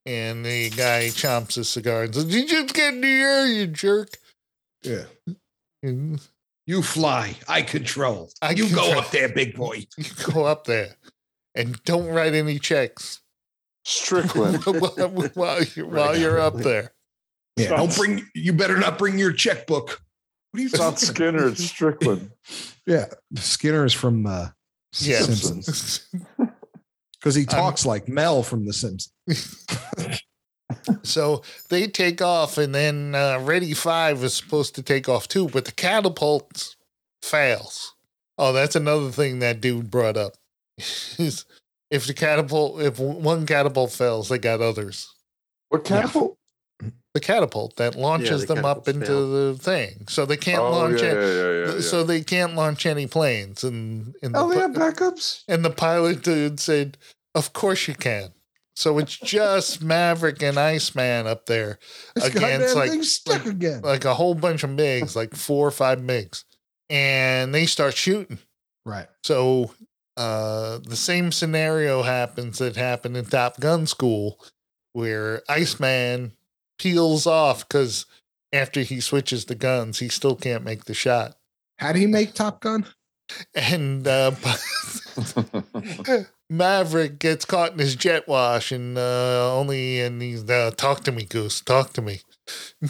[SPEAKER 3] And the guy chomps his cigar and says, You just get in the air, you jerk.
[SPEAKER 1] Yeah.
[SPEAKER 3] And
[SPEAKER 1] You fly, I control.
[SPEAKER 3] I
[SPEAKER 1] you
[SPEAKER 3] control.
[SPEAKER 1] go up there, big boy.
[SPEAKER 3] you go up there and don't write any checks.
[SPEAKER 2] Strickland.
[SPEAKER 3] while, while, you- while you're up there.
[SPEAKER 1] Yeah, don't bring. You better not bring your checkbook. What are you
[SPEAKER 2] It's not
[SPEAKER 1] talking?
[SPEAKER 2] Skinner. It's Strickland.
[SPEAKER 6] Yeah, Skinner is from uh,
[SPEAKER 3] Yeah.
[SPEAKER 6] Simpsons because he
[SPEAKER 3] I'm-
[SPEAKER 6] talks like Mel from The Simpsons.
[SPEAKER 3] so they take off, and then uh, Ready Five is supposed to take off too, but the catapult fails. Oh, that's another thing that dude brought up. is if the catapult, if one catapult fails, they got others.
[SPEAKER 2] What catapult?
[SPEAKER 3] The catapult that launches
[SPEAKER 4] the
[SPEAKER 3] them up
[SPEAKER 4] catapults
[SPEAKER 3] into
[SPEAKER 4] fail.
[SPEAKER 3] the thing, so they can't
[SPEAKER 2] oh,
[SPEAKER 3] launch
[SPEAKER 2] yeah,
[SPEAKER 3] it.
[SPEAKER 2] yeah, yeah, yeah, yeah.
[SPEAKER 3] So they can't launch any planes, and, and
[SPEAKER 2] oh,
[SPEAKER 3] the,
[SPEAKER 2] they
[SPEAKER 3] pi-
[SPEAKER 2] have backups.
[SPEAKER 3] and the pilot dude said, "Of course you can." So it's just Maverick and Iceman up there
[SPEAKER 1] This
[SPEAKER 3] Again, it's
[SPEAKER 1] goddamn
[SPEAKER 3] like-
[SPEAKER 1] thing's stuck again.
[SPEAKER 3] like a whole bunch of MiGs, like four or five MiGs, and they start shooting.
[SPEAKER 6] Right.
[SPEAKER 3] So uh, the same scenario happens that happened in Top Gun School, where Iceman peels off because after he switches the guns, he still can't make the shot.
[SPEAKER 6] How do you make Top Gun?
[SPEAKER 3] And uh, Maverick gets caught in his jet wash, and uh, only and he's uh, talk to me, Goose, talk to me.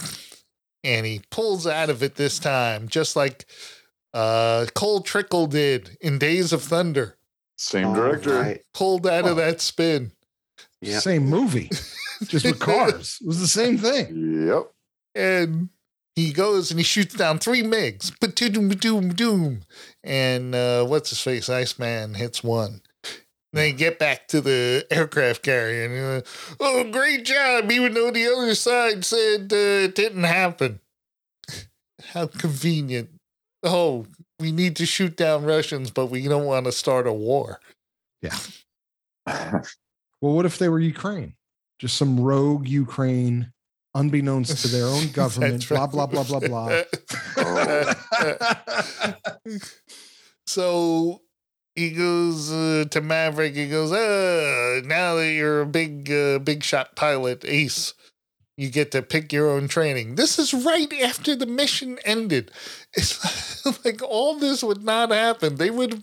[SPEAKER 3] and he pulls out of it this time, just like uh, Cole Trickle did in Days of Thunder.
[SPEAKER 2] Same
[SPEAKER 4] All
[SPEAKER 2] director.
[SPEAKER 4] right.
[SPEAKER 3] Pulled out
[SPEAKER 2] Oh.
[SPEAKER 3] of that spin.
[SPEAKER 4] Yeah.
[SPEAKER 6] Same movie, just with cars. It was the same thing.
[SPEAKER 2] Yep.
[SPEAKER 3] and he goes and he shoots down three MiGs. Doom, doom, doom. And uh, what's his face? Iceman hits one. They get back to the aircraft carrier and uh, oh, great job, even though the other side said uh, it didn't happen. How convenient. Oh, we need to shoot down Russians, but we don't want to start a war.
[SPEAKER 6] Well, what if they were Ukraine? Just some rogue Ukraine, unbeknownst to their own government.
[SPEAKER 3] That's right.
[SPEAKER 6] blah blah blah blah blah.
[SPEAKER 3] so he goes uh, to Maverick. He goes, uh, now that you're a big, uh, big shot pilot, ace, you get to pick your own training. This is right after the mission ended. It's like all this would not happen. They would,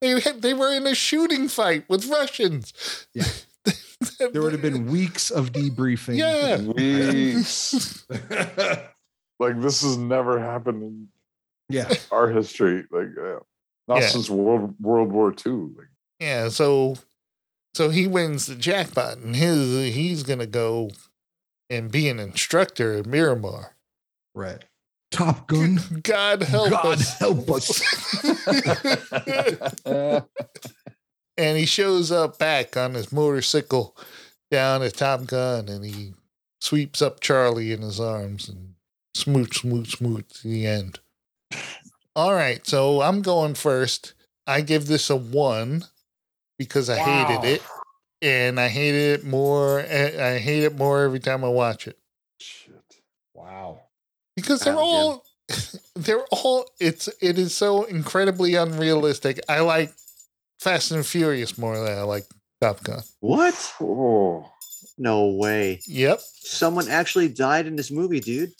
[SPEAKER 3] they had, they were in a shooting fight with Russians.
[SPEAKER 6] Yeah. There would have been weeks of debriefing.
[SPEAKER 3] Yeah.
[SPEAKER 2] Weeks. like this has never happened in
[SPEAKER 6] Yeah.
[SPEAKER 2] our history. Like uh, not
[SPEAKER 3] Yeah.
[SPEAKER 2] since World World War Two. Like,
[SPEAKER 3] Yeah, so so he wins the jackpot and his he's gonna go and be an instructor at Miramar.
[SPEAKER 6] Right. Top Gun.
[SPEAKER 3] God help
[SPEAKER 6] God
[SPEAKER 3] us.
[SPEAKER 6] help us.
[SPEAKER 3] and he shows up back on his motorcycle down at Top Gun and he sweeps up Charlie in his arms and smooch, smooch, smooch to the end. All right, so I'm going first. I give this a one because I hated it. And I hated it more. eh, I I hate it more every time I watch it
[SPEAKER 2] Shit.
[SPEAKER 6] Wow.
[SPEAKER 3] because they're
[SPEAKER 4] Out again.
[SPEAKER 3] all they're all it's it is so incredibly unrealistic. I like Fast and Furious more than I like Top Gun.
[SPEAKER 4] What?
[SPEAKER 2] Oh.
[SPEAKER 4] No way.
[SPEAKER 3] Yep,
[SPEAKER 4] Someone actually died in this movie, dude.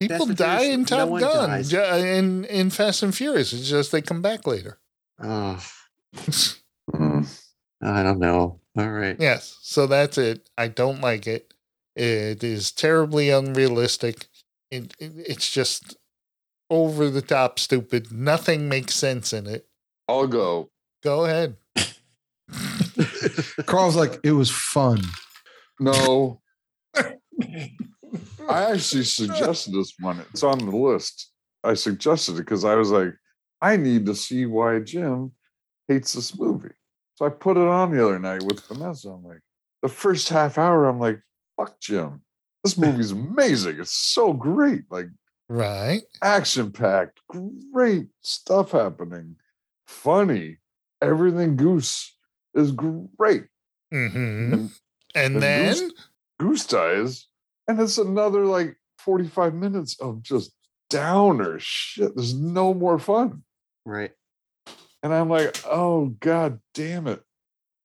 [SPEAKER 3] people
[SPEAKER 4] and
[SPEAKER 3] die
[SPEAKER 4] Furious,
[SPEAKER 3] in
[SPEAKER 4] no
[SPEAKER 3] Top
[SPEAKER 4] one
[SPEAKER 3] Gun
[SPEAKER 4] dies.
[SPEAKER 3] ju- in in Fast and Furious. It's just they come back later.
[SPEAKER 4] Oh,
[SPEAKER 2] Mm.
[SPEAKER 4] I don't know. All right.
[SPEAKER 3] Yes, so that's it. I don't like it. It is terribly unrealistic. It, it it's just over the top stupid. Nothing makes sense in it.
[SPEAKER 2] I'll go.
[SPEAKER 3] Go ahead.
[SPEAKER 6] Carl's like, it was fun.
[SPEAKER 2] No. I actually suggested this one. It's on the list. I suggested it because I was like, I need to see why Jim hates this movie. So I put it on the other night with Vanessa. I'm like, the first half hour, I'm like, fuck Jim. This movie's amazing. It's so great. Like
[SPEAKER 3] Right.
[SPEAKER 2] action packed, great stuff happening, funny. Everything Goose is great. And-
[SPEAKER 3] Mm-hmm. And
[SPEAKER 2] and
[SPEAKER 3] then.
[SPEAKER 2] Goose- Goose dies, and it's another like 45 minutes of just downer shit. There's no more fun.
[SPEAKER 4] Right.
[SPEAKER 2] And I'm like, oh god damn it.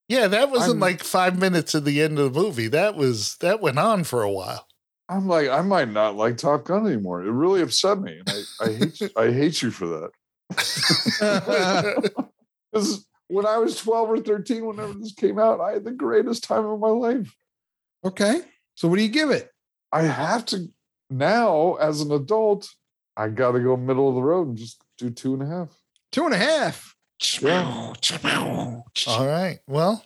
[SPEAKER 3] Yeah, that wasn't
[SPEAKER 2] I'm-
[SPEAKER 3] like five minutes at the end of the movie. That was that went on for a while.
[SPEAKER 2] I'm like, I might not like Top Gun anymore. It really upset me. And I, I hate you, I hate you for that. 'Cause when I was 12 or 13, whenever this came out, I had the greatest time of my life.
[SPEAKER 6] Okay. So what do you give it?
[SPEAKER 2] I have to now as an adult, I got to go middle of the road and just do two and a half.
[SPEAKER 1] Two and a half.
[SPEAKER 2] Yeah.
[SPEAKER 3] All right. Well,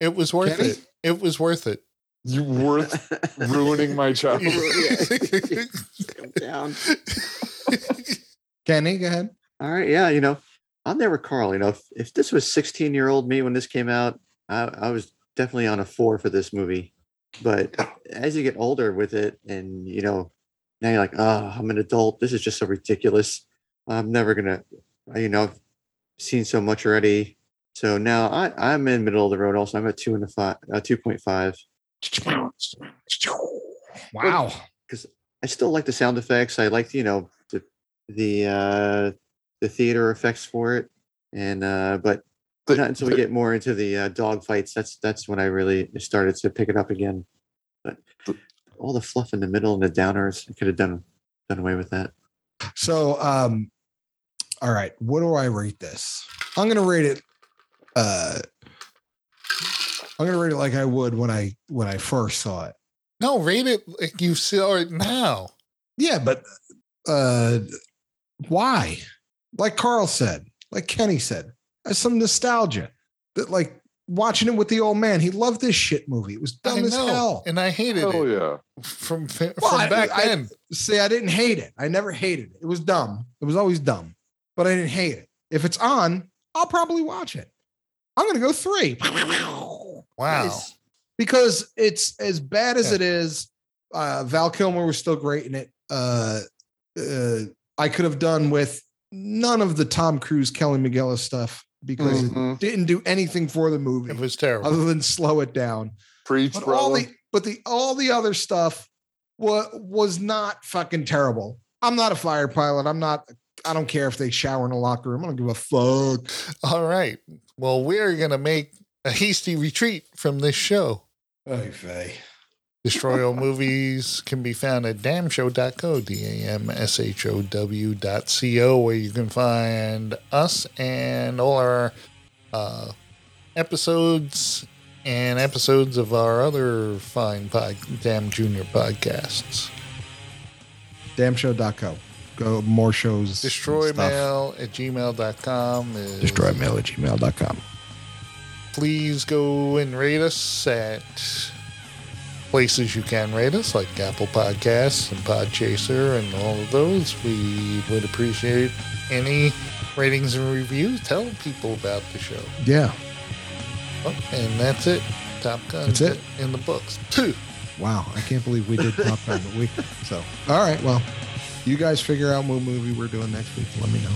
[SPEAKER 3] it was worth
[SPEAKER 1] Kenny?
[SPEAKER 3] it. It was worth it.
[SPEAKER 2] You worth ruining my childhood.
[SPEAKER 4] Calm down.
[SPEAKER 1] Kenny, go ahead.
[SPEAKER 4] All right, yeah, you know, I'll never Carl. You know, if, if this was 16 year old me when this came out, I, I was definitely on a four for this movie. But as you get older with it, and you know, now you're like, oh, I'm an adult. This is just so ridiculous. I'm never gonna, I- you know, I've seen so much already. So now I, I'm in middle of the road. Also, I'm at two and a five, uh, two point five.
[SPEAKER 1] Wow.
[SPEAKER 4] I still like the sound effects. I like you know the the uh, the theater effects for it, and uh, but
[SPEAKER 2] The-
[SPEAKER 4] not until we get more into the uh, dog fights. That's that's when I really started to pick it up again. But all the fluff in the middle and the downers, I could have done done away with that.
[SPEAKER 1] So, um, all right, what do I rate this? I'm gonna rate it. Uh, I'm gonna rate it like I would when I when I first saw it.
[SPEAKER 3] No, rate it like you saw it now.
[SPEAKER 1] Yeah, but uh, why? Like Carl said, like Kenny said, that's some nostalgia. That like watching it with the old man, he loved this shit movie. It was
[SPEAKER 3] I
[SPEAKER 1] dumb as
[SPEAKER 3] know,
[SPEAKER 1] hell.
[SPEAKER 3] and I hated
[SPEAKER 2] Hell
[SPEAKER 3] it
[SPEAKER 2] yeah.
[SPEAKER 3] from from
[SPEAKER 1] I-
[SPEAKER 3] back
[SPEAKER 1] I-
[SPEAKER 3] then.
[SPEAKER 1] See, I didn't hate it. I never hated it. It was dumb. It was always dumb, but I didn't hate it. If it's on, I'll probably watch it. I'm going to go three
[SPEAKER 3] Wow.
[SPEAKER 4] Nice.
[SPEAKER 1] because it's as bad as
[SPEAKER 3] Yeah.
[SPEAKER 1] it is. Uh, Val Kilmer was still great in it. Uh, uh, I could have done with none of the Tom Cruise, Kelly McGillis stuff because
[SPEAKER 2] Mhm.
[SPEAKER 1] it didn't do anything for the
[SPEAKER 3] It
[SPEAKER 1] movie
[SPEAKER 3] was terrible.
[SPEAKER 1] other than slow it down
[SPEAKER 2] Preach,
[SPEAKER 1] but all
[SPEAKER 2] brother.
[SPEAKER 1] the but the all the other stuff was was not fucking terrible. I'm not a fire pilot. I'm not. I don't care if they shower in a locker room. I don't give a fuck.
[SPEAKER 3] All right. Well, we're going to make a hasty retreat from this show.
[SPEAKER 1] Hey, Faye.
[SPEAKER 3] Destroy All Movies can be found at damshow.co, D A M S H O W dot C O, where you can find us and all our uh, episodes and episodes of our other fine pod, Damn Junior podcasts.
[SPEAKER 1] Damshow.co. Go more shows. and
[SPEAKER 3] Destroy
[SPEAKER 1] stuff.
[SPEAKER 3] mail at gmail.com. Is,
[SPEAKER 1] Destroy mail at gmail.com.
[SPEAKER 3] please go and rate us at places you can rate us, like Apple Podcasts and Podchaser and all of those. We would appreciate any ratings and reviews. Tell people about the show.
[SPEAKER 1] Yeah.
[SPEAKER 3] Oh, and that's it. Top Gun
[SPEAKER 1] That's it.
[SPEAKER 3] in the books. Two.
[SPEAKER 1] Wow. I can't believe we did Top Gun, but we. So, all right. Well, you guys figure out what movie we're doing next week. Let me know.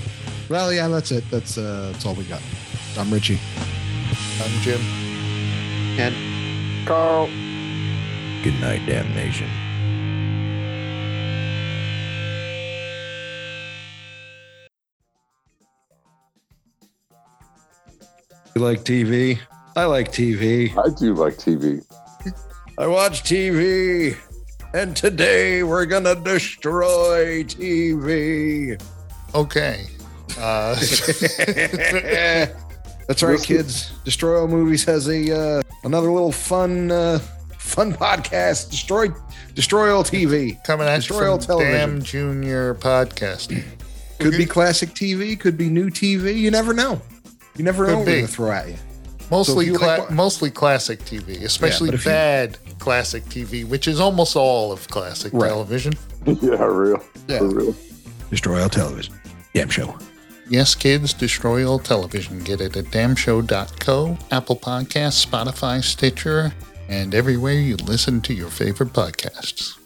[SPEAKER 1] Well, yeah, that's it. That's uh, that's all we got. I'm Richie.
[SPEAKER 3] I'm Jim.
[SPEAKER 4] And
[SPEAKER 2] Carl.
[SPEAKER 6] Good night, damnation. You like TV? I like TV.
[SPEAKER 2] I do like TV.
[SPEAKER 6] I watch TV. And today we're going to destroy TV.
[SPEAKER 3] Okay. Uh,
[SPEAKER 6] That's right, kids. Destroy All Movies has a uh, another little fun uh, fun podcast. Destroy Destroy All TV.
[SPEAKER 3] coming at
[SPEAKER 6] Destroy
[SPEAKER 3] you
[SPEAKER 6] all
[SPEAKER 3] from
[SPEAKER 6] television.
[SPEAKER 3] Damn Junior Podcast.
[SPEAKER 6] Could be classic TV. Could be new TV. You never know. You never
[SPEAKER 3] Could
[SPEAKER 6] know what we're
[SPEAKER 3] be.
[SPEAKER 6] gonna throw at you.
[SPEAKER 3] Mostly,
[SPEAKER 6] you
[SPEAKER 3] cla-
[SPEAKER 6] like what-
[SPEAKER 3] mostly classic TV, especially
[SPEAKER 6] but if you-
[SPEAKER 3] bad classic TV, which is almost all of classic
[SPEAKER 6] Right.
[SPEAKER 3] television.
[SPEAKER 2] yeah, real.
[SPEAKER 6] Yeah.
[SPEAKER 2] For real.
[SPEAKER 6] Destroy All Television. Damn show.
[SPEAKER 3] Yes, kids, destroy all television. Get it at damshow.co, Apple Podcasts, Spotify, Stitcher, and everywhere you listen to your favorite podcasts.